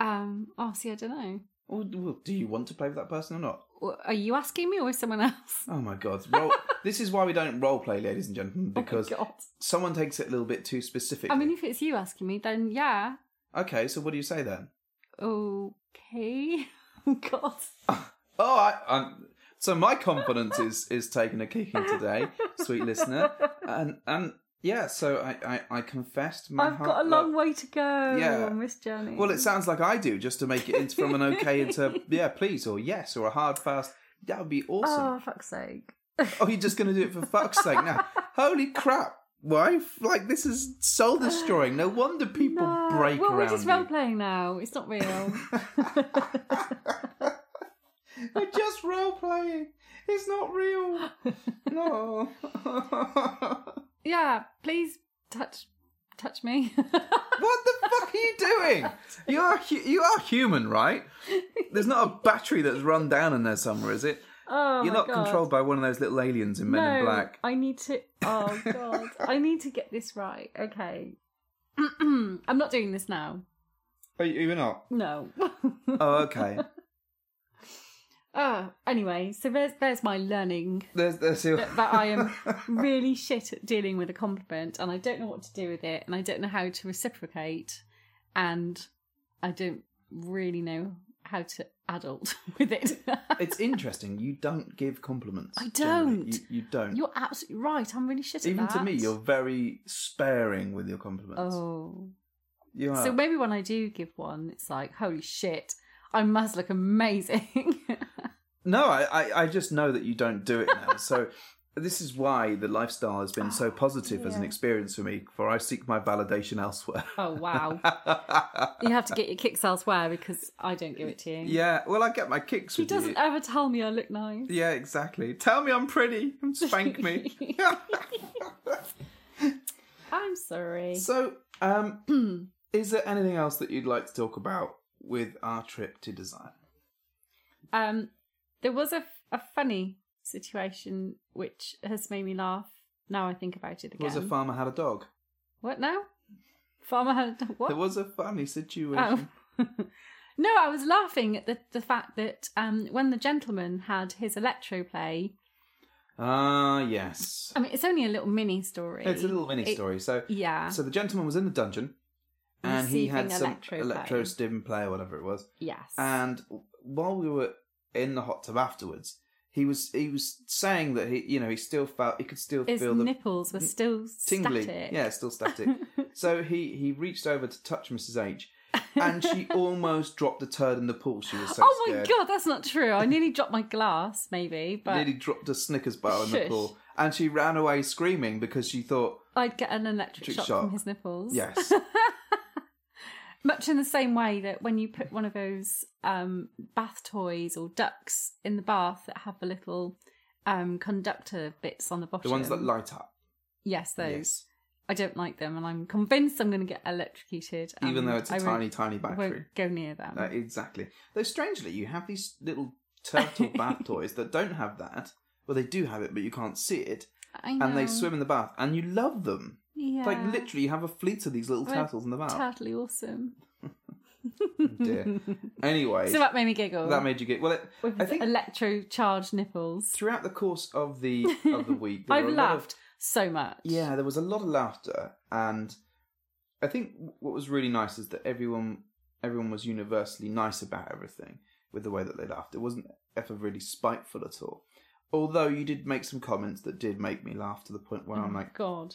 S2: um. Oh, see, I don't know.
S3: Well, well, do you want to play with that person or not?
S2: Well, Are you asking me or is someone else?
S3: Oh my God! Role, this is why we don't role play, ladies and gentlemen, because
S2: Oh God.
S3: someone takes it a little bit too specific.
S2: I mean, if it's you asking me, then yeah.
S3: okay. So what do you say then?
S2: Okay. Oh God.
S3: Oh, I, I'm, so my confidence is is taking a kicking today, sweet listener, and and yeah, so I I, I confessed my
S2: I've
S3: heart.
S2: got a long way to go
S3: Yeah.
S2: on this journey.
S3: Well, it sounds like I do just to make it into from an okay into yeah, please or yes or a hard fast. That would be awesome.
S2: Oh, fuck's sake.
S3: Oh, you're just gonna do it for fuck's sake now? Holy crap! Wife, like this is soul destroying. No wonder people
S2: No.
S3: break
S2: well, we're
S3: around
S2: just
S3: you.
S2: role playing now. It's not real.
S3: We're just role playing. It's not real. No.
S2: yeah, please touch touch me.
S3: what the fuck are you doing? You are hu- you are human, right? There's not a battery that's run down in there somewhere, is it?
S2: oh,
S3: You're
S2: my
S3: not
S2: God.
S3: controlled by one of those little aliens in Men
S2: no,
S3: in Black.
S2: I need to. Oh God, I need to get this right. Okay, I'm not doing this now.
S3: Are you you're not?
S2: No.
S3: Oh, okay.
S2: oh, anyway, so there's there's my learning
S3: There's there's your...
S2: that I am really shit at dealing with a compliment, and I don't know what to do with it, and I don't know how to reciprocate, and I don't really know how to adult with it.
S3: It's interesting. You don't give compliments.
S2: I
S3: generally.
S2: don't.
S3: You, you don't.
S2: You're absolutely right. I'm really shit at
S3: Even to
S2: that.
S3: me, you're very sparing with your compliments.
S2: Oh.
S3: you are.
S2: So maybe when I do give one, it's like, holy shit, I must look amazing.
S3: No, I, I, I just know that you don't do it now. so this is why the lifestyle has been so positive as an experience for me, for I seek my validation elsewhere.
S2: oh, wow. you have to get your kicks elsewhere because I don't give it to you.
S3: yeah, well, I get my kicks
S2: He
S3: with
S2: doesn't
S3: you.
S2: ever tell me I look nice.
S3: Yeah, exactly. Tell me I'm pretty and spank me.
S2: I'm sorry.
S3: so, um, is there anything else that you'd like to talk about with our trip to design?
S2: Um, there was a, a funny situation which has made me laugh now I think about it again.
S3: Was a farmer had a dog?
S2: what now? Farmer had what?
S3: There was a funny situation.
S2: Oh. no, I was laughing at the, the fact that um, when the gentleman had his electro play,
S3: Ah, yes.
S2: I mean, it's only a little mini story.
S3: It's a little mini
S2: It-
S3: story. So
S2: Yeah.
S3: So the gentleman was in the dungeon, and he had
S2: Receiving
S3: some
S2: electro
S3: electro,
S2: play.
S3: stim play or whatever it was.
S2: yes.
S3: And while we were in the hot tub afterwards, he was he was saying that he you know he still felt he could still
S2: His
S3: feel the
S2: nipples were still
S3: tingly.
S2: static.
S3: Yeah, still static. so he he reached over to touch Mrs H, and she almost dropped a turd in the pool. She was so
S2: oh my
S3: scared.
S2: god, that's not true. I nearly dropped my glass, maybe, but
S3: Nearly dropped a Snickers bar in the
S2: Shush.
S3: pool, and she ran away screaming because she thought,
S2: I'd get an electric
S3: Trick
S2: shock,
S3: shock.
S2: from his nipples.
S3: "Yes,
S2: Much in the same way that when you put one of those um, bath toys or ducks in the bath that have the little um, conductor bits on the bottom.
S3: the ones that light up."
S2: Yes, those.
S3: Yes,
S2: I don't like them, and I'm convinced I'm going to get electrocuted.
S3: even
S2: and
S3: though it's a
S2: um, I
S3: tiny,
S2: won't-
S3: tiny battery.
S2: Won't go near them.
S3: Uh, exactly. Though strangely, you have these little turtle bath toys that don't have that. Well, they do have it, but you can't see it.
S2: I
S3: And they
S2: know.
S3: swim in the bath, and you love them.
S2: Yeah.
S3: Like literally, you have a fleet of these little
S2: They're
S3: turtles in the bath.
S2: Totally awesome.
S3: Dear. Anyway,
S2: So uh, that made me giggle.
S3: that made you get well. It,
S2: with
S3: I think
S2: electro charged nipples.
S3: throughout the course of the of the week, there
S2: I've
S3: were a lot of-
S2: laughed so much.
S3: yeah, there was a lot of laughter, and I think what was really nice is that everyone everyone was universally nice about everything with the way that they laughed. It wasn't ever really spiteful at all. Although you did make some comments that did make me laugh to the point where I'm like,
S2: Oh God.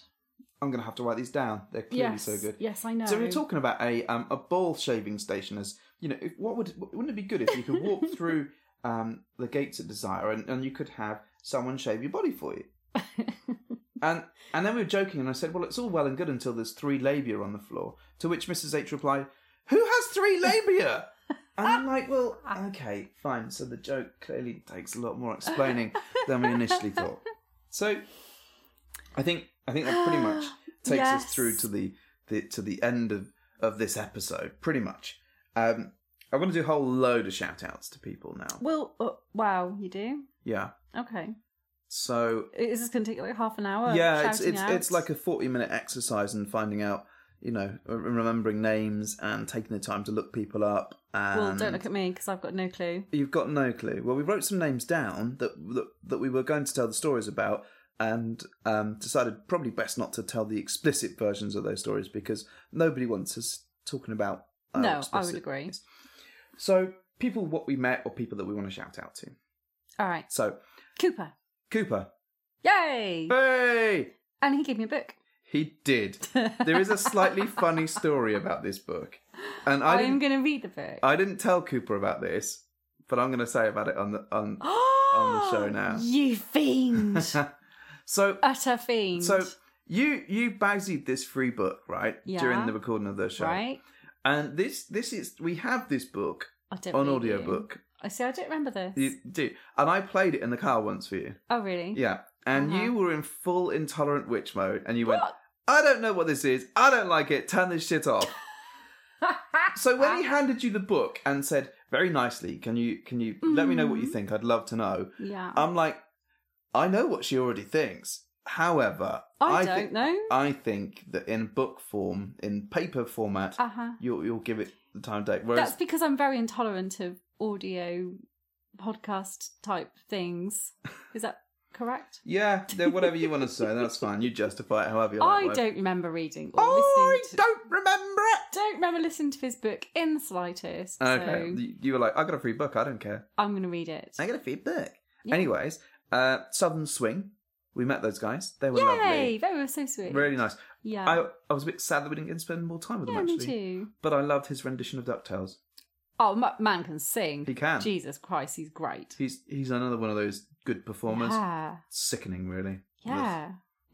S3: I'm gonna have to write these down. They're clearly
S2: Mm. Yes.
S3: so good.
S2: Yes, I know.
S3: So we were talking about a um, a ball shaving station as you know. If, what would wouldn't it be good if you could walk through um, the gates of desire and, and you could have someone shave your body for you? and and then we were joking, and I said, well, it's all well and good until there's three labia on the floor. To which Mrs H replied, who has three labia? And I'm like, well, okay, fine. So the joke clearly takes a lot more explaining than we initially thought. So I think I think that pretty much takes us
S2: Yes.
S3: through to the, the to the end of, of this episode, pretty much. Um, I want to do a whole load of shout outs to people now.
S2: Well, uh, wow, you do?
S3: Yeah.
S2: Okay.
S3: So
S2: Is this going to take like half an hour?
S3: yeah, it's
S2: shouting
S3: it's
S2: out?
S3: it's like a forty minute exercise in finding out, you know, r- remembering names and taking the time to look people up. And
S2: Well, don't look at me because I've got no clue.
S3: You've got no clue. Well, we wrote some names down that that, that we were going to tell the stories about, and um, decided probably best not to tell the explicit versions of those stories because nobody wants us talking about. uh,
S2: no, I would
S3: explicit
S2: agree.
S3: things. So, people what we met or people that we want to shout out to.
S2: All right.
S3: So,
S2: Cooper.
S3: Cooper,
S2: Yay!
S3: hey,
S2: And he gave me a book.
S3: he did. There is a slightly funny story about this book, and I
S2: I'm
S3: didn't,
S2: going to read the book.
S3: I didn't tell Cooper about this, but I'm going to say about it on the on the show now.
S2: You fiend.
S3: so
S2: Utter fiend.
S3: So you you bagged this free book right
S2: Yeah.
S3: during the recording of the show,
S2: right?
S3: and this this is we have this book
S2: I don't
S3: on
S2: believe you.
S3: audiobook.
S2: I see, I don't remember this.
S3: You do, and I played it in the car once for you.
S2: oh, really?
S3: Yeah, and
S2: Uh-huh.
S3: you were in full intolerant witch mode, and you went,
S2: What?
S3: "I don't know what this is. I don't like it. Turn this shit off." so when
S2: Uh.
S3: he handed you the book and said very nicely, "Can you can you let me know what you
S2: Mm-hmm.
S3: think? I'd love to know."
S2: Yeah.
S3: I'm like, I know what she already thinks. However, thi-
S2: I don't know.
S3: I think that in book form, in paper format,
S2: Uh huh.
S3: you'll you'll give it the time to date.
S2: That's
S3: Whereas
S2: because I'm very intolerant of audio podcast type things. Is that correct?
S3: yeah, then whatever you want to say, that's fine. You justify it however you like.
S2: I
S3: whatever.
S2: don't remember reading or
S3: I
S2: listening to.
S3: don't remember it.
S2: Don't remember listening to his book in the slightest.
S3: Okay,
S2: So
S3: you- you were like, I got a free book. I don't care.
S2: I'm going to read it.
S3: I got a free book.
S2: Yeah.
S3: Anyways, uh, Southern Swing. We met those guys. They were
S2: Yay!
S3: lovely.
S2: They were so sweet.
S3: Really nice.
S2: Yeah.
S3: I, I was a bit sad that we didn't get to spend more time with
S2: yeah,
S3: them
S2: me
S3: actually.
S2: too.
S3: But I loved his rendition of DuckTales.
S2: Oh, ma- man can sing.
S3: He can.
S2: Jesus Christ, he's great.
S3: He's he's another one of those good performers.
S2: Yeah.
S3: Sickening, really.
S2: Yeah.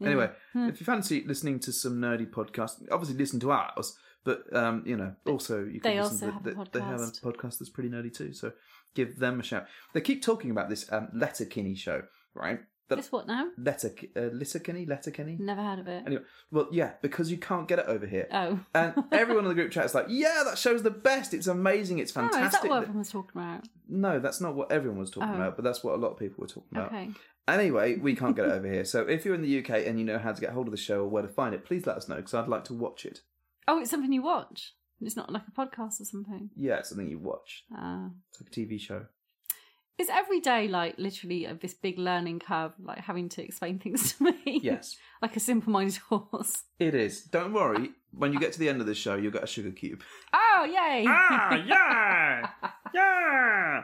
S2: Yeah. Hmm.
S3: Anyway, if you fancy listening to some nerdy podcast, obviously listen to ours, but um, you know, also you can
S2: They
S3: listen
S2: also
S3: to
S2: have a
S3: they have a
S2: podcast.
S3: podcast that's pretty nerdy too. So give them a shout. They keep talking about this um, Letterkenny show, right? That
S2: Guess what now?
S3: Letter uh, Letterkenny, Letterkenny.
S2: Never heard of it.
S3: Anyway, well, yeah, because you can't get it over here.
S2: Oh.
S3: And everyone in the group chat is like, "Yeah, that show's the best. It's amazing. It's
S2: Oh, is
S3: fantastic."
S2: that what everyone was talking about?
S3: No, that's not what everyone was talking
S2: Oh.
S3: about, but that's what a lot of people were talking about.
S2: Okay.
S3: Anyway, we can't get it over here. So if you're in the UK and you know how to get hold of the show or where to find it, please let us know because I'd like to watch it.
S2: Oh, it's something you watch. It's not like a podcast or something.
S3: Yeah, it's something you watch.
S2: Uh,
S3: It's like a TV show.
S2: is every day like literally a- this big learning curve, like having to explain things to me?
S3: Yes,
S2: like a simple minded horse.
S3: it is. Don't worry. When you get to the end of the show, you'll get a sugar cube.
S2: Oh, yay!
S3: Ah, yeah, yeah.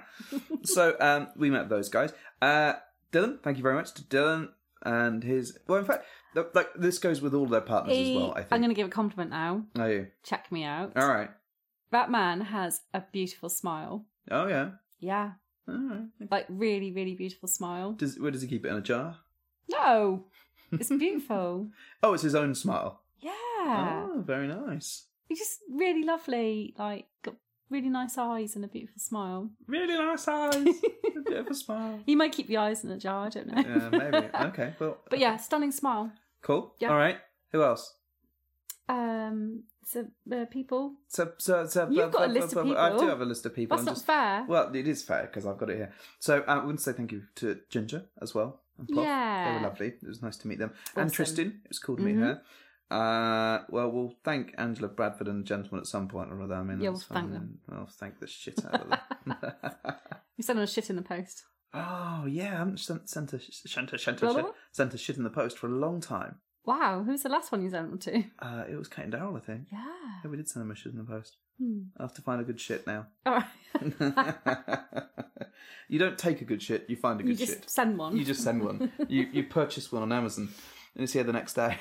S3: so um, we met those guys. Uh, Dylan, thank you very much to Dylan and his. Well, in fact, th- like this goes with all their partners as well. I think.
S2: am going to give a compliment now.
S3: Are you?
S2: Check me out.
S3: All right.
S2: That man has a beautiful smile.
S3: Oh yeah.
S2: Yeah.
S3: All right.
S2: Like, really, really beautiful smile.
S3: Does where does he keep it in a jar?
S2: No! It's beautiful.
S3: Oh, it's his own smile.
S2: Yeah.
S3: Oh, very nice.
S2: He's just really lovely. Like, got really nice eyes and a beautiful smile.
S3: Really nice eyes. a bit of a smile.
S2: He might keep the eyes in a jar, I don't know.
S3: Yeah, maybe. Uh, Okay. Well.
S2: But yeah, stunning smile.
S3: Cool.
S2: Yeah.
S3: All right. Who else?
S2: Um, so uh, people.
S3: So, so, so,
S2: You've got a list of
S3: I do
S2: people.
S3: have a list of people.
S2: That's
S3: I'm
S2: not
S3: just-
S2: fair.
S3: Well, it is fair because I've got it here. So I want to say thank you to Ginger as well. And Prof. They
S2: Yeah.
S3: were lovely. It was nice to meet them. And
S2: Awesome. Mm-hmm.
S3: Tristan. It was cool to meet her. Uh, well, we'll thank Angela Bradford and the gentleman at some point or other. I mean,
S2: Yeah,
S3: that's
S2: we'll thank
S3: fine.
S2: them.
S3: I'll thank the shit out of them.
S2: You sent a shit in the post.
S3: oh yeah, I haven't sent, sent a sh- sent a sent
S2: Blah,
S3: a,
S2: blah,
S3: sh-
S2: blah.
S3: sent a shit in the post for a long time.
S2: Wow, who's the last one you sent them to?
S3: Uh, it was Kate and Daryl, I think.
S2: Yeah.
S3: Yeah, we did send them a shit in the post. I have to find a good shit now.
S2: Hmm. All right.
S3: you don't take a good shit; you find a
S2: you
S3: good
S2: just
S3: shit.
S2: send one.
S3: You just send one. you you purchase one on Amazon, and it's here the next day.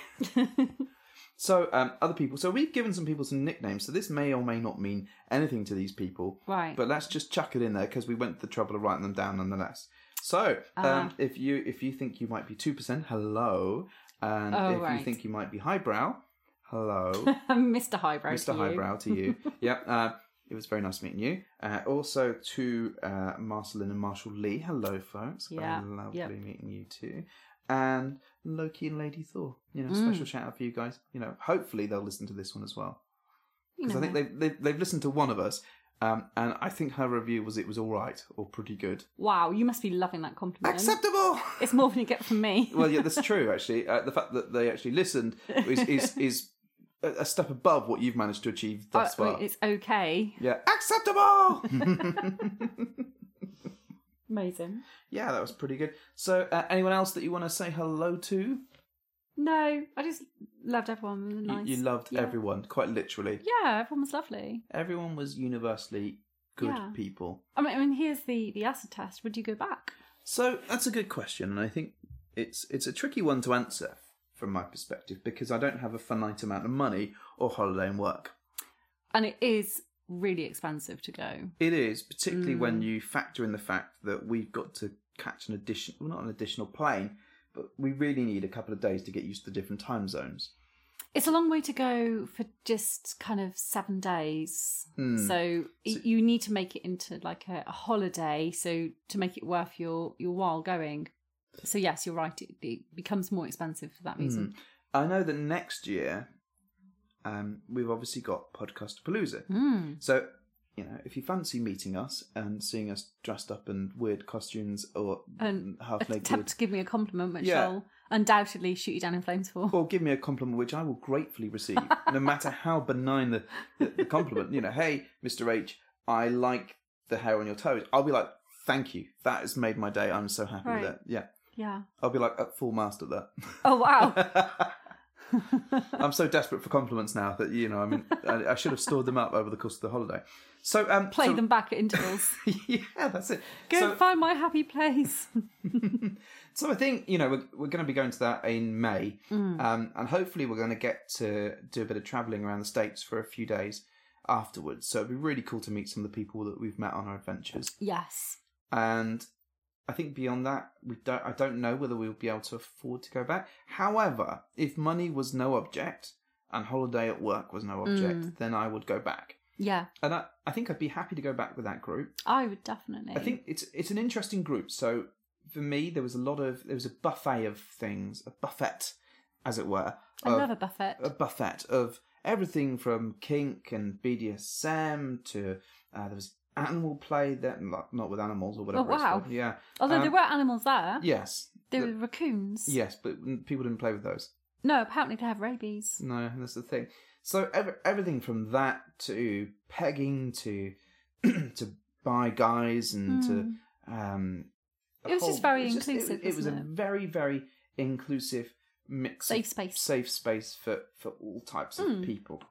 S3: so um, other people. So we've given some people some nicknames. So this may or may not mean anything to these people.
S2: Right.
S3: But let's just chuck it in there because we went to the trouble of writing them down nonetheless. So um,
S2: Ah.
S3: if you if you think you might be two percent, hello. And
S2: Oh,
S3: if
S2: right.
S3: you think you might be highbrow, hello.
S2: Mr. Highbrow. to
S3: Mr.
S2: you.
S3: Highbrow to you. yep. Uh, it was very nice meeting you. Uh, also to uh, Marceline and Marshall Lee. Hello, folks.
S2: Yeah,
S3: Very lovely
S2: yep.
S3: meeting you too. And Loki and Lady Thor. You know,
S2: Mm.
S3: special shout out for you guys. You know, hopefully they'll listen to this one as well
S2: You
S3: because
S2: know
S3: I think
S2: me.
S3: they've, they've they've listened to one of us. Um, and I think her review was it was all right or pretty good.
S2: Wow, you must be loving that compliment.
S3: Acceptable.
S2: It's more than you get from me.
S3: well, yeah, that's true. Actually, uh, the fact that they actually listened is is, is a, a step above what you've managed to achieve
S2: Oh,
S3: thus far.
S2: it's okay.
S3: Yeah, acceptable.
S2: Amazing.
S3: yeah, that was pretty good. So, uh, anyone else that you want to say hello to?
S2: No, I just loved everyone. They were
S3: You-
S2: Nice.
S3: You, loved
S2: Yeah.
S3: everyone, quite literally.
S2: Yeah, everyone was lovely.
S3: Everyone was universally good
S2: Yeah.
S3: people.
S2: I mean, I mean, here's the the acid test. Would you go back?
S3: So that's a good question, and I think it's it's a tricky one to answer from my perspective because I don't have a finite amount of money or holiday and work.
S2: And it is really expensive to go.
S3: It is particularly when you factor in the fact that we've got to catch an addition, well, not an additional plane, but we really need a couple of days to get used to the different time zones.
S2: It's a long way to go for just kind of seven days.
S3: Hmm.
S2: So, y you need to make it into like a, a holiday, so to make it worth your your while going. So yes, you're right. It, it becomes more expensive for that
S3: Hmm.
S2: reason.
S3: I know that next year, um, we've obviously got Podcast Palooza. So, you know, if you fancy meeting us and seeing us dressed up in weird costumes or
S2: And
S3: Mm, half
S2: attempt
S3: naked,
S2: to give me a compliment, which
S3: Yeah.
S2: I'll undoubtedly shoot you down in flames for.
S3: or give me a compliment which I will gratefully receive, no matter how benign the, the, the compliment. You know, hey, Mr. H, I like the hair on your toes. I'll be like, thank you. That has made my day. I'm so happy
S2: Right.
S3: with it. Yeah.
S2: Yeah.
S3: I'll be like at full mast at that.
S2: Oh wow.
S3: I'm so desperate for compliments now that you know. I mean, I, I should have stored them up over the course of the holiday. So um,
S2: Play
S3: so-
S2: them back at intervals.
S3: yeah, that's it.
S2: Go
S3: so,
S2: find my happy place.
S3: so I think you know we're, we're going to be going to that in May, um, and hopefully we're going to get to do a bit of travelling around the states for a few days afterwards. So it'd be really cool to meet some of the people that we've met on our adventures.
S2: yes.
S3: and I think beyond that, we don't. I don't know whether we'll be able to afford to go back. However, if money was no object and holiday at work was no object, then I would go back,
S2: Yeah.
S3: and I, I think I'd be happy to go back with that group.
S2: I would definitely.
S3: I think it's it's an interesting group. So for me, there was a lot of there was a buffet of things, a buffet, as it were,
S2: I
S3: of-
S2: love a buffet.
S3: a buffet of everything from kink and BDSM to uh, there was animal play that not, not with animals or whatever. it's
S2: Oh, wow.
S3: called. yeah.
S2: Although there
S3: um,
S2: were animals there.
S3: Yes.
S2: They
S3: The-
S2: were raccoons.
S3: yes, but n- people didn't play with those.
S2: No, apparently they have rabies.
S3: No, that's the thing. So ev- everything from that to pegging to to buy guys and Mm, to
S2: Hmm. Mm,
S3: um. a
S2: It was just very inclusive,
S3: It, was- it was
S2: wasn't
S3: a
S2: it?
S3: very very inclusive mix. of
S2: Safe space. Hmm.
S3: Safe space for for all types of people.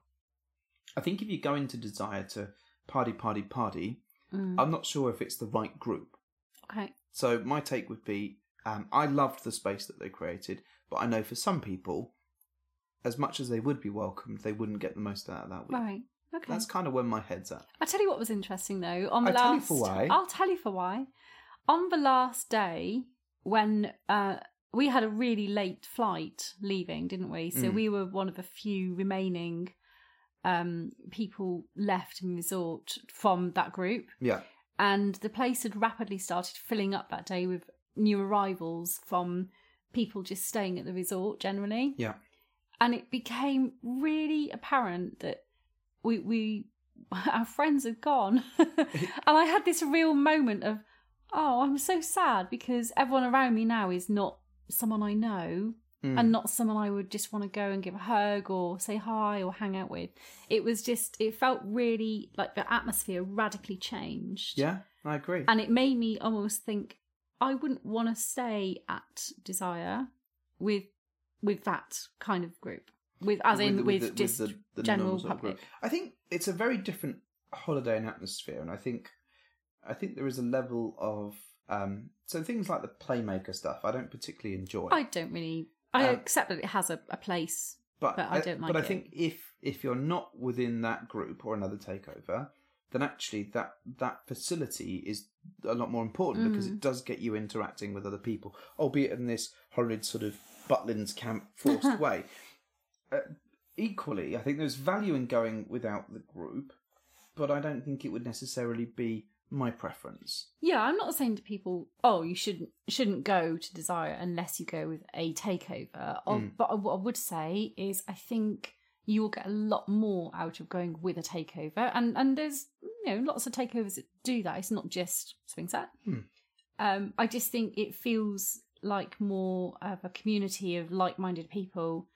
S3: I think if you go into desire to party party party, I'm not sure if it's the right group.
S2: mm. Okay.
S3: So my take would be, um, I loved the space that they created, but I know for some people, as much as they would be welcomed, they wouldn't get the most out of that week.
S2: Right. Okay.
S3: That's kind of where my head's at.
S2: I'll tell you what was interesting though. On the
S3: I'll
S2: last,
S3: tell you for why.
S2: I'll tell you for why. On the last day, when uh, we had a really late flight leaving, didn't we?
S3: Mm.
S2: So we were one of the few remaining um, people left in resort from that group,
S3: Yeah.
S2: and the place had rapidly started filling up that day with new arrivals from people just staying at the resort generally
S3: Yeah.
S2: and it became really apparent that we we our friends had gone and i had this real moment of oh i'm so sad because everyone around me now is not someone i know
S3: Hmm.
S2: and not someone I would just want to go and give a hug or say hi or hang out with. It was just, it felt really like the atmosphere radically changed.
S3: Yeah, I agree.
S2: And it made me almost think I wouldn't want to stay at Desire with with that kind of group. With as in
S3: the-
S2: with,
S3: the- with
S2: just
S3: the- the
S2: general
S3: normal sort of
S2: public.
S3: group. I think it's a very different holiday and atmosphere, and I think I think there is a level of um, so things like the playmaker stuff. I don't particularly enjoy,
S2: I don't really I
S3: Um,
S2: accept that it has a, a place.
S3: but,
S2: but I don't like
S3: But I
S2: it.
S3: think if if you're not within that group or another takeover, then actually that that facility is a lot more important because
S2: Mm.
S3: it does get you interacting with other people, albeit in this horrid sort of Butlins camp forced way. Uh, equally, I think there's value in going without the group, but I don't think it would necessarily be my preference.
S2: Yeah, I'm not saying to people, oh, you shouldn't shouldn't go to Desire unless you go with a takeover. Or, But what I would say is, I think you will get a lot more out of going with a takeover, and and there's you know lots of takeovers that do that. It's not just swing set. Um, I just think it feels like more of a community of like-minded people,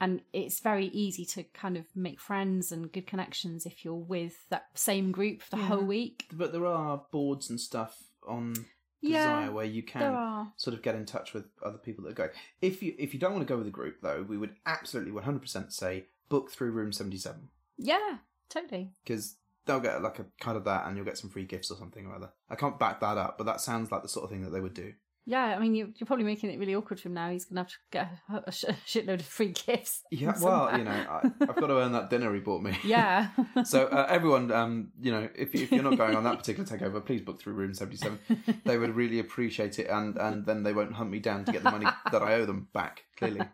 S2: and it's very easy to kind of make friends and good connections if you're with that same group for the whole week.
S3: But there are boards and stuff on
S2: Yeah,
S3: Desire where you
S2: there
S3: can
S2: are.
S3: sort of get in touch with other people that go. If you if you don't want to go with a group though, we would absolutely 100% say book through room 77
S2: Yeah, totally.
S3: because they'll get like a cut of that and you'll get some free gifts or something or other. I can't back that up, but that sounds like the sort of thing that they would do.
S2: Yeah, I mean, you're, you're probably making it really awkward for him now. He's going to have to get a, a sh- a shitload of free gifts.
S3: Yeah,
S2: from
S3: well,
S2: somewhere.
S3: you know, I, I've got to earn that dinner he bought me.
S2: yeah.
S3: So uh, everyone, um, you know, if, if you're not going on that particular takeover, please book through Room Seventy Seven. They would really appreciate it, and and then they won't hunt me down to get the money that I owe them back. Clearly.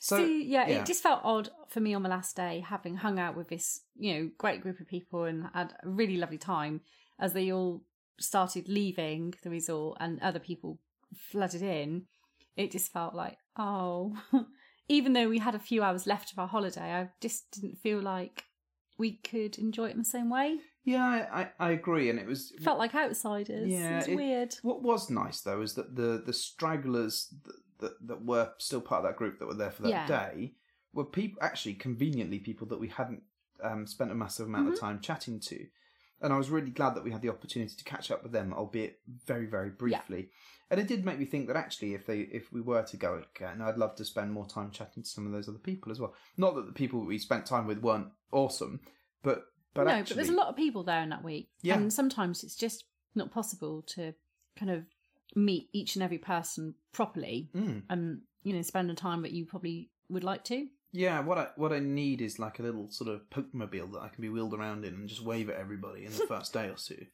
S3: So
S2: See, yeah,
S3: yeah.
S2: it just felt odd for me on my last day, having hung out with this, you know, great group of people and had a really lovely time as they all started leaving the resort and other people flooded in. It just felt like, oh, even though we had a few hours left of our holiday, I just didn't feel like we could enjoy it in the same way.
S3: yeah, I, I, I agree, and it was
S2: felt like outsiders.
S3: yeah,
S2: it's
S3: it-
S2: weird.
S3: What was nice though is that the the stragglers that, that, that were still part of that group that were there for that
S2: Yeah.
S3: day were people actually conveniently people that we hadn't um, spent a massive amount
S2: Mm-hmm.
S3: of time chatting to, and I was really glad that we had the opportunity to catch up with them, albeit very very briefly. And it did make me think that actually, if they if we were to go again, I'd love to spend more time chatting to some of those other people as well. Not that the people we spent time with weren't awesome, but but
S2: no,
S3: actually,
S2: but there's a lot of people there in that week.
S3: Yeah.
S2: And sometimes it's just not possible to kind of meet each and every person properly
S3: Mm.
S2: and, you know, spend the time that you probably would like to.
S3: Yeah, what I what I need is like a little sort of pokemobile that I can be wheeled around in and just wave at everybody in the first day or two,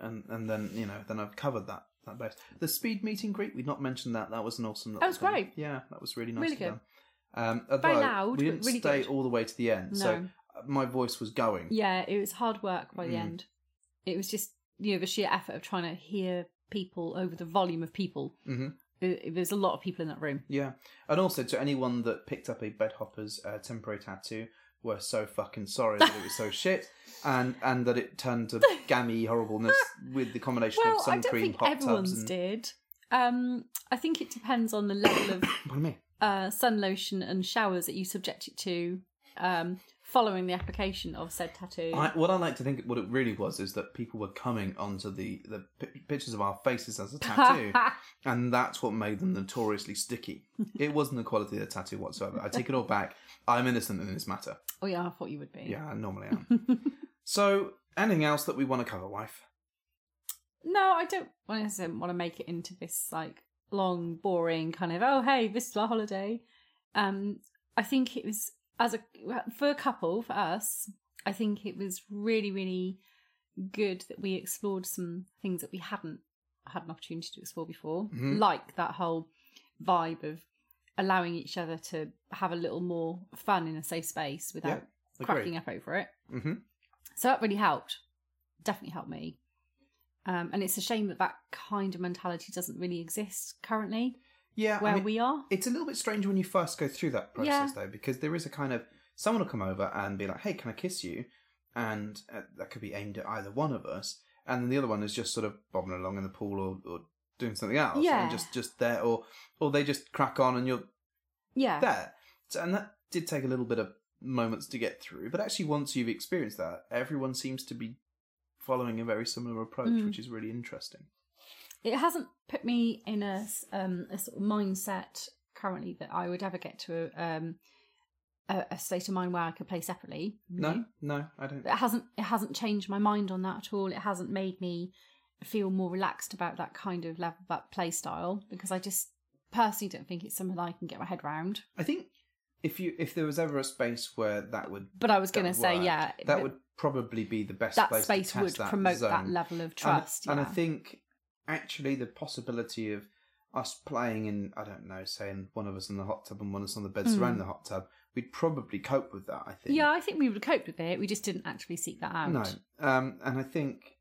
S3: and and then you know then I've covered that that base. The speed meet and greet we would not mentioned that that was an awesome.
S2: That was
S3: little thing.
S2: great.
S3: Yeah, that was really nice.
S2: Really
S3: of
S2: good.
S3: them. Um, although
S2: Very loud,
S3: We
S2: but
S3: didn't
S2: really
S3: stay
S2: good.
S3: all the way to the end, so
S2: No.
S3: my voice was going.
S2: Yeah, it was hard work by the
S3: Mm.
S2: end. It was just, you know, the sheer effort of trying to hear people over the volume of people.
S3: hmm
S2: There- There's a lot of people in that room.
S3: Yeah, and also to anyone that picked up a Bedhopper's uh, temporary tattoo, were so fucking sorry that it was so shit, and and that it turned to gammy horribleness with the combination
S2: Well,
S3: of
S2: I
S3: sun
S2: don't
S3: cream,
S2: think
S3: hot
S2: everyone's
S3: tubs, and
S2: did. Um, I think it depends on the level of
S3: pardon me.
S2: uh, sun lotion and showers that you subject it to um, following the application of said tattoo.
S3: I, what I like to think, what it really was, is that people were coming onto the the pi pictures of our faces as a tattoo, and that's what made them notoriously sticky. It wasn't the quality of the tattoo whatsoever. I take it all back. I'm innocent in this matter.
S2: oh yeah, I thought you would be.
S3: Yeah, I normally am. so, anything else that we want to cover, wife?
S2: No, I don't. I just don't want to make it into this like long, boring kind of. Oh, hey, this is our holiday. Um, I think it was as a for a couple for us. I think it was really, really good that we explored some things that we hadn't had an opportunity to explore before, like that whole vibe of allowing each other to have a little more fun in a safe space without
S3: agreed.
S2: cracking up over it.
S3: Mhm.
S2: So that really helped. Definitely helped me. Um, and it's a shame that that kind of mentality doesn't really exist currently
S3: Yeah, I
S2: where
S3: mean-
S2: we are.
S3: It's a little bit strange when you first go through that process,
S2: Yeah.
S3: though, because there is a kind of someone will come over and be like, "Hey, can I kiss you?" And uh, that could be aimed at either one of us, and then the other one is just sort of bobbing along in the pool or, or doing something else
S2: Yeah.
S3: and just just there, or or they just crack on and you're
S2: Yeah.
S3: there. So, and that did take a little bit of moments to get through, but actually, once you've experienced that, everyone seems to be following a very similar approach,
S2: Mm.
S3: which is really interesting.
S2: It hasn't put me in a, s- um, a sort of mindset currently that I would ever get to a, um, a, a state of mind where I could play separately.
S3: No, no, I don't.
S2: it hasn't it hasn't changed my mind on that at all. It hasn't made me feel more relaxed about that kind of level that play style because I just personally don't think it's something I can get my head round.
S3: I think if you if there was ever a space where that would
S2: But I was
S3: that
S2: going to
S3: would
S2: say,
S3: work,
S2: yeah,
S3: that
S2: but
S3: would probably be the best
S2: that
S3: place to
S2: space
S3: test
S2: would
S3: that
S2: promote that
S3: zone.
S2: level of
S3: And-
S2: trust.
S3: And,
S2: yeah.
S3: I think actually the possibility of us playing in, I don't know, saying one of us in the hot tub and one of us on the bed surrounding the hot tub, we'd probably cope with that, I think.
S2: Hmm. yeah, I think we would have coped with it. We just didn't actually seek that out.
S3: No. Um, and I think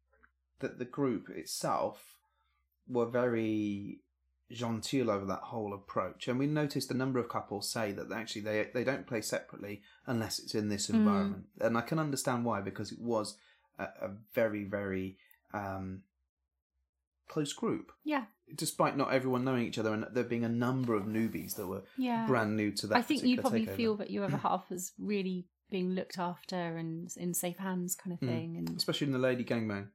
S3: that the group itself were very genteel over that whole approach. And we noticed a number of couples say that actually they they don't play separately unless it's in
S2: Hmm.
S3: this environment. And I can understand why because it was a, a very very um, close group,
S2: Yeah,
S3: despite not everyone knowing each other and there being a number of newbies that were
S2: yeah.
S3: brand new to that.
S2: I think you
S3: particular
S2: probably
S3: takeover. Mm.
S2: feel that your other half is really being looked after and in safe hands, kind of
S3: Mm.
S2: thing. And
S3: especially in the lady gangbang.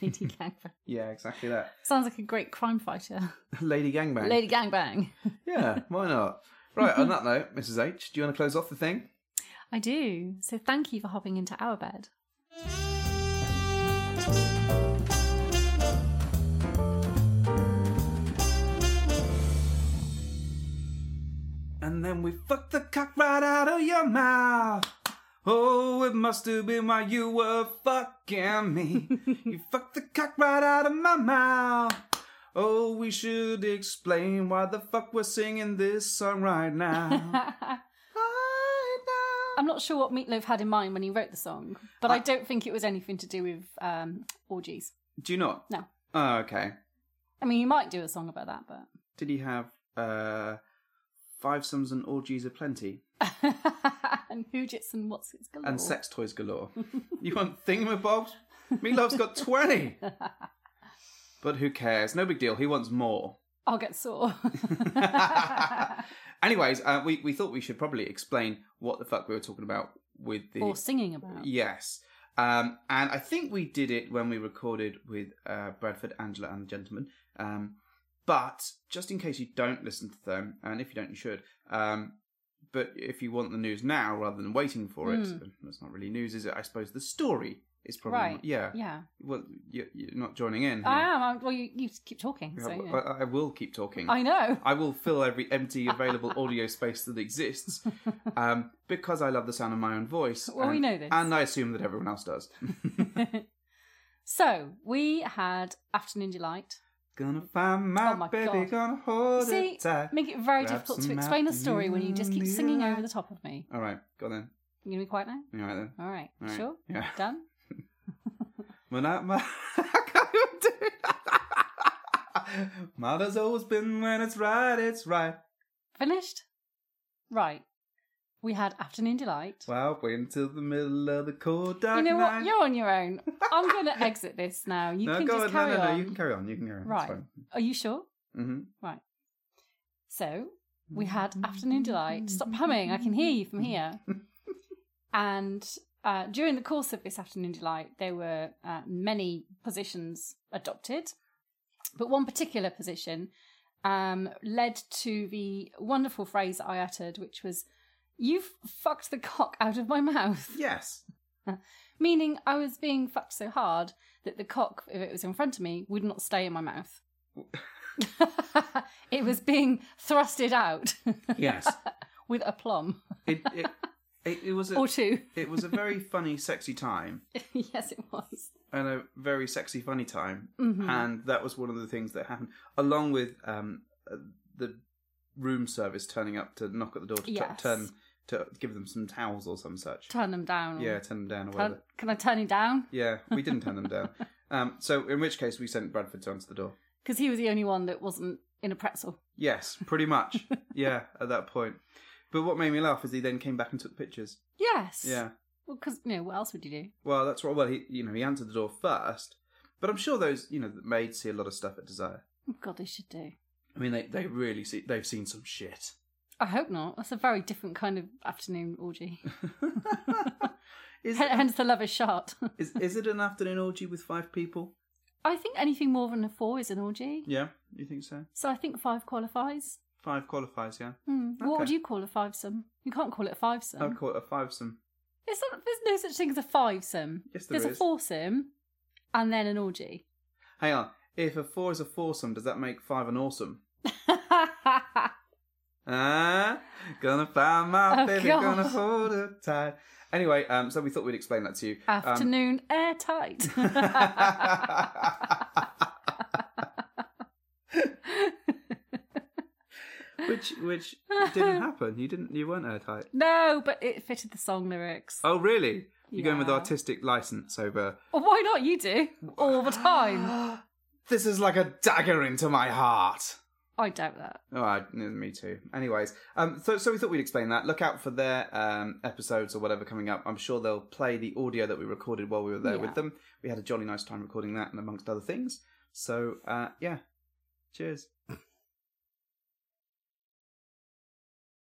S2: Lady Gangbang
S3: Yeah, exactly that.
S2: sounds like a great crime fighter.
S3: lady gangbang.
S2: Lady Gangbang.
S3: Yeah, why not? Right, on that note, Mrs. H, do you want to close off the thing?
S2: I do. So thank you for hopping into our bed.
S3: And then we fucked the cock right out of your mouth.
S1: Oh, it must have been while you were fucking me. you fucked the cock right out of my mouth. Oh, we should explain why the fuck we're singing this song right now.
S2: I'm not sure what Meatloaf had in mind when he wrote the song, but I, don't think it was anything to do with um, orgies.
S3: Do you not?
S2: No.
S3: Oh, okay.
S2: I mean, you might do a song about that, but
S3: Did he have uh, five sums and orgies aplenty
S2: and who jits and what's it's galore.
S3: and sex toys galore? you want thingamabobs? Meatloaf's got 20. but who cares? No big deal. He wants more.
S2: I'll get sore.
S3: Anyways, uh, we, we thought we should probably explain what the fuck we were talking about with the
S2: or singing about.
S3: Yes. Um, and I think we did it when we recorded with uh, Bradford, Angela, and the Gentleman. Um, but just in case you don't listen to them, and if you don't, you should. Um, but if you want the news now rather than waiting for it,
S2: Mm.
S3: that's not really news, is it? I suppose the story is probably.
S2: Right.
S3: Yeah.
S2: Yeah.
S3: Well, you, you're not joining in.
S2: I
S3: here.
S2: am. I'm, well, you, you keep talking. So,
S3: I-
S2: yeah.
S3: I, I will keep talking.
S2: I know.
S3: I will fill every empty available audio space that exists um, because I love the sound of my own voice.
S2: Well, we
S3: and-
S2: know this.
S3: And I assume that everyone else does.
S2: So, we had Afternoon Delight.
S3: gonna find my,
S2: Oh my
S3: baby,
S2: God.
S3: gonna hold
S2: See,
S3: it tight.
S2: make it very
S3: Grab
S2: difficult to
S3: some
S2: explain a story when you just keep
S3: afternoon
S2: singing over
S3: delight.
S2: the top of me.
S3: All right, go on then.
S2: You gonna be quiet now?
S3: All right then.
S2: All right.
S3: All right.
S2: Sure.
S3: Yeah.
S2: Done.
S3: When I, my, I can't even do it. Mother's always been when it's right, it's right.
S2: Finished. Right. We had afternoon delight.
S3: Well, wait until the middle of the cold dark
S2: you know
S3: night.
S2: what? You're on your own. I'm gonna exit this now. You
S3: no,
S2: can
S3: go
S2: just
S3: on.
S2: carry
S3: no, no,
S2: on.
S3: no. You can carry on. You can carry on.
S2: Right. Are you sure?
S3: Mm-hmm.
S2: Right. So we had afternoon delight. Stop humming. I can hear you from here. and uh, during the course of this afternoon delight, there were uh, many positions adopted, but one particular position um, led to the wonderful phrase I uttered, which was, "You've fucked the cock out of my mouth."
S3: Yes.
S2: Meaning, I was being fucked so hard that the cock, if it was in front of me, would not stay in my mouth. it was being thrusted out
S3: Yes.
S2: with aplomb
S3: it, it, it, it was a,
S2: or two.
S3: it was a very funny, sexy time,
S2: yes, it was.
S3: and a very sexy, funny time,
S2: Mm-hmm.
S3: and that was one of the things that happened, along with um, uh, the room service turning up to knock at the door to tu-
S2: Yes.
S3: turn to give them some towels or some such.
S2: Turn them down. or-
S3: yeah, turn them down or
S2: Turn-
S3: whatever.
S2: can I turn him down?
S3: Yeah, we didn't turn them down. Um, so in which case, we sent Bradford to answer the door.
S2: Because he was the only one that wasn't in a pretzel.
S3: Yes, pretty much. yeah, at that point. But what made me laugh is he then came back and took pictures.
S2: Yes.
S3: Yeah.
S2: Well, because you know what else would you do?
S3: Well, that's what. Well, he you know he answered the door first, But I'm sure those, you know, the maids see a lot of stuff at Desire.
S2: Oh, God, they should do.
S3: I mean, they, they really see, they've seen some shit.
S2: I hope not. That's a very different kind of afternoon orgy.
S3: Is,
S2: H- Hence the lover's shot.
S3: is, is it an afternoon orgy with five people?
S2: I think anything more than a four is an orgy.
S3: Yeah, you think so?
S2: So I think five qualifies.
S3: Five qualifies, yeah?
S2: Hmm. What would
S3: Okay.
S2: you call a fivesome? You can't call it a fivesome.
S3: I'd call it a fivesome.
S2: It's not, there's no such thing as a fivesome.
S3: Yes, there
S2: there's
S3: is.
S2: a foursome and then an orgy.
S3: Hang on. If a four is a foursome, does that make five an awesome? Ah, gonna find my
S2: Oh,
S3: baby,
S2: God.
S3: gonna hold her tight. Anyway, um, so we thought we'd explain that to you. Um,
S2: Afternoon airtight.
S3: which which didn't happen. You didn't. You weren't airtight.
S2: no, but it fitted the song lyrics.
S3: Oh, really? You're going with
S2: Yeah.
S3: artistic license over.
S2: Well, why not? You do all the time.
S3: This is like a dagger into my heart.
S2: I doubt that.
S3: All right, n- me too. Anyways, um, so so we thought we'd explain that. Look out for their um, episodes or whatever coming up. I'm sure they'll play the audio that we recorded while we were there
S2: Yeah.
S3: with them. We had a jolly nice time recording that, and amongst other things. So uh, yeah, cheers.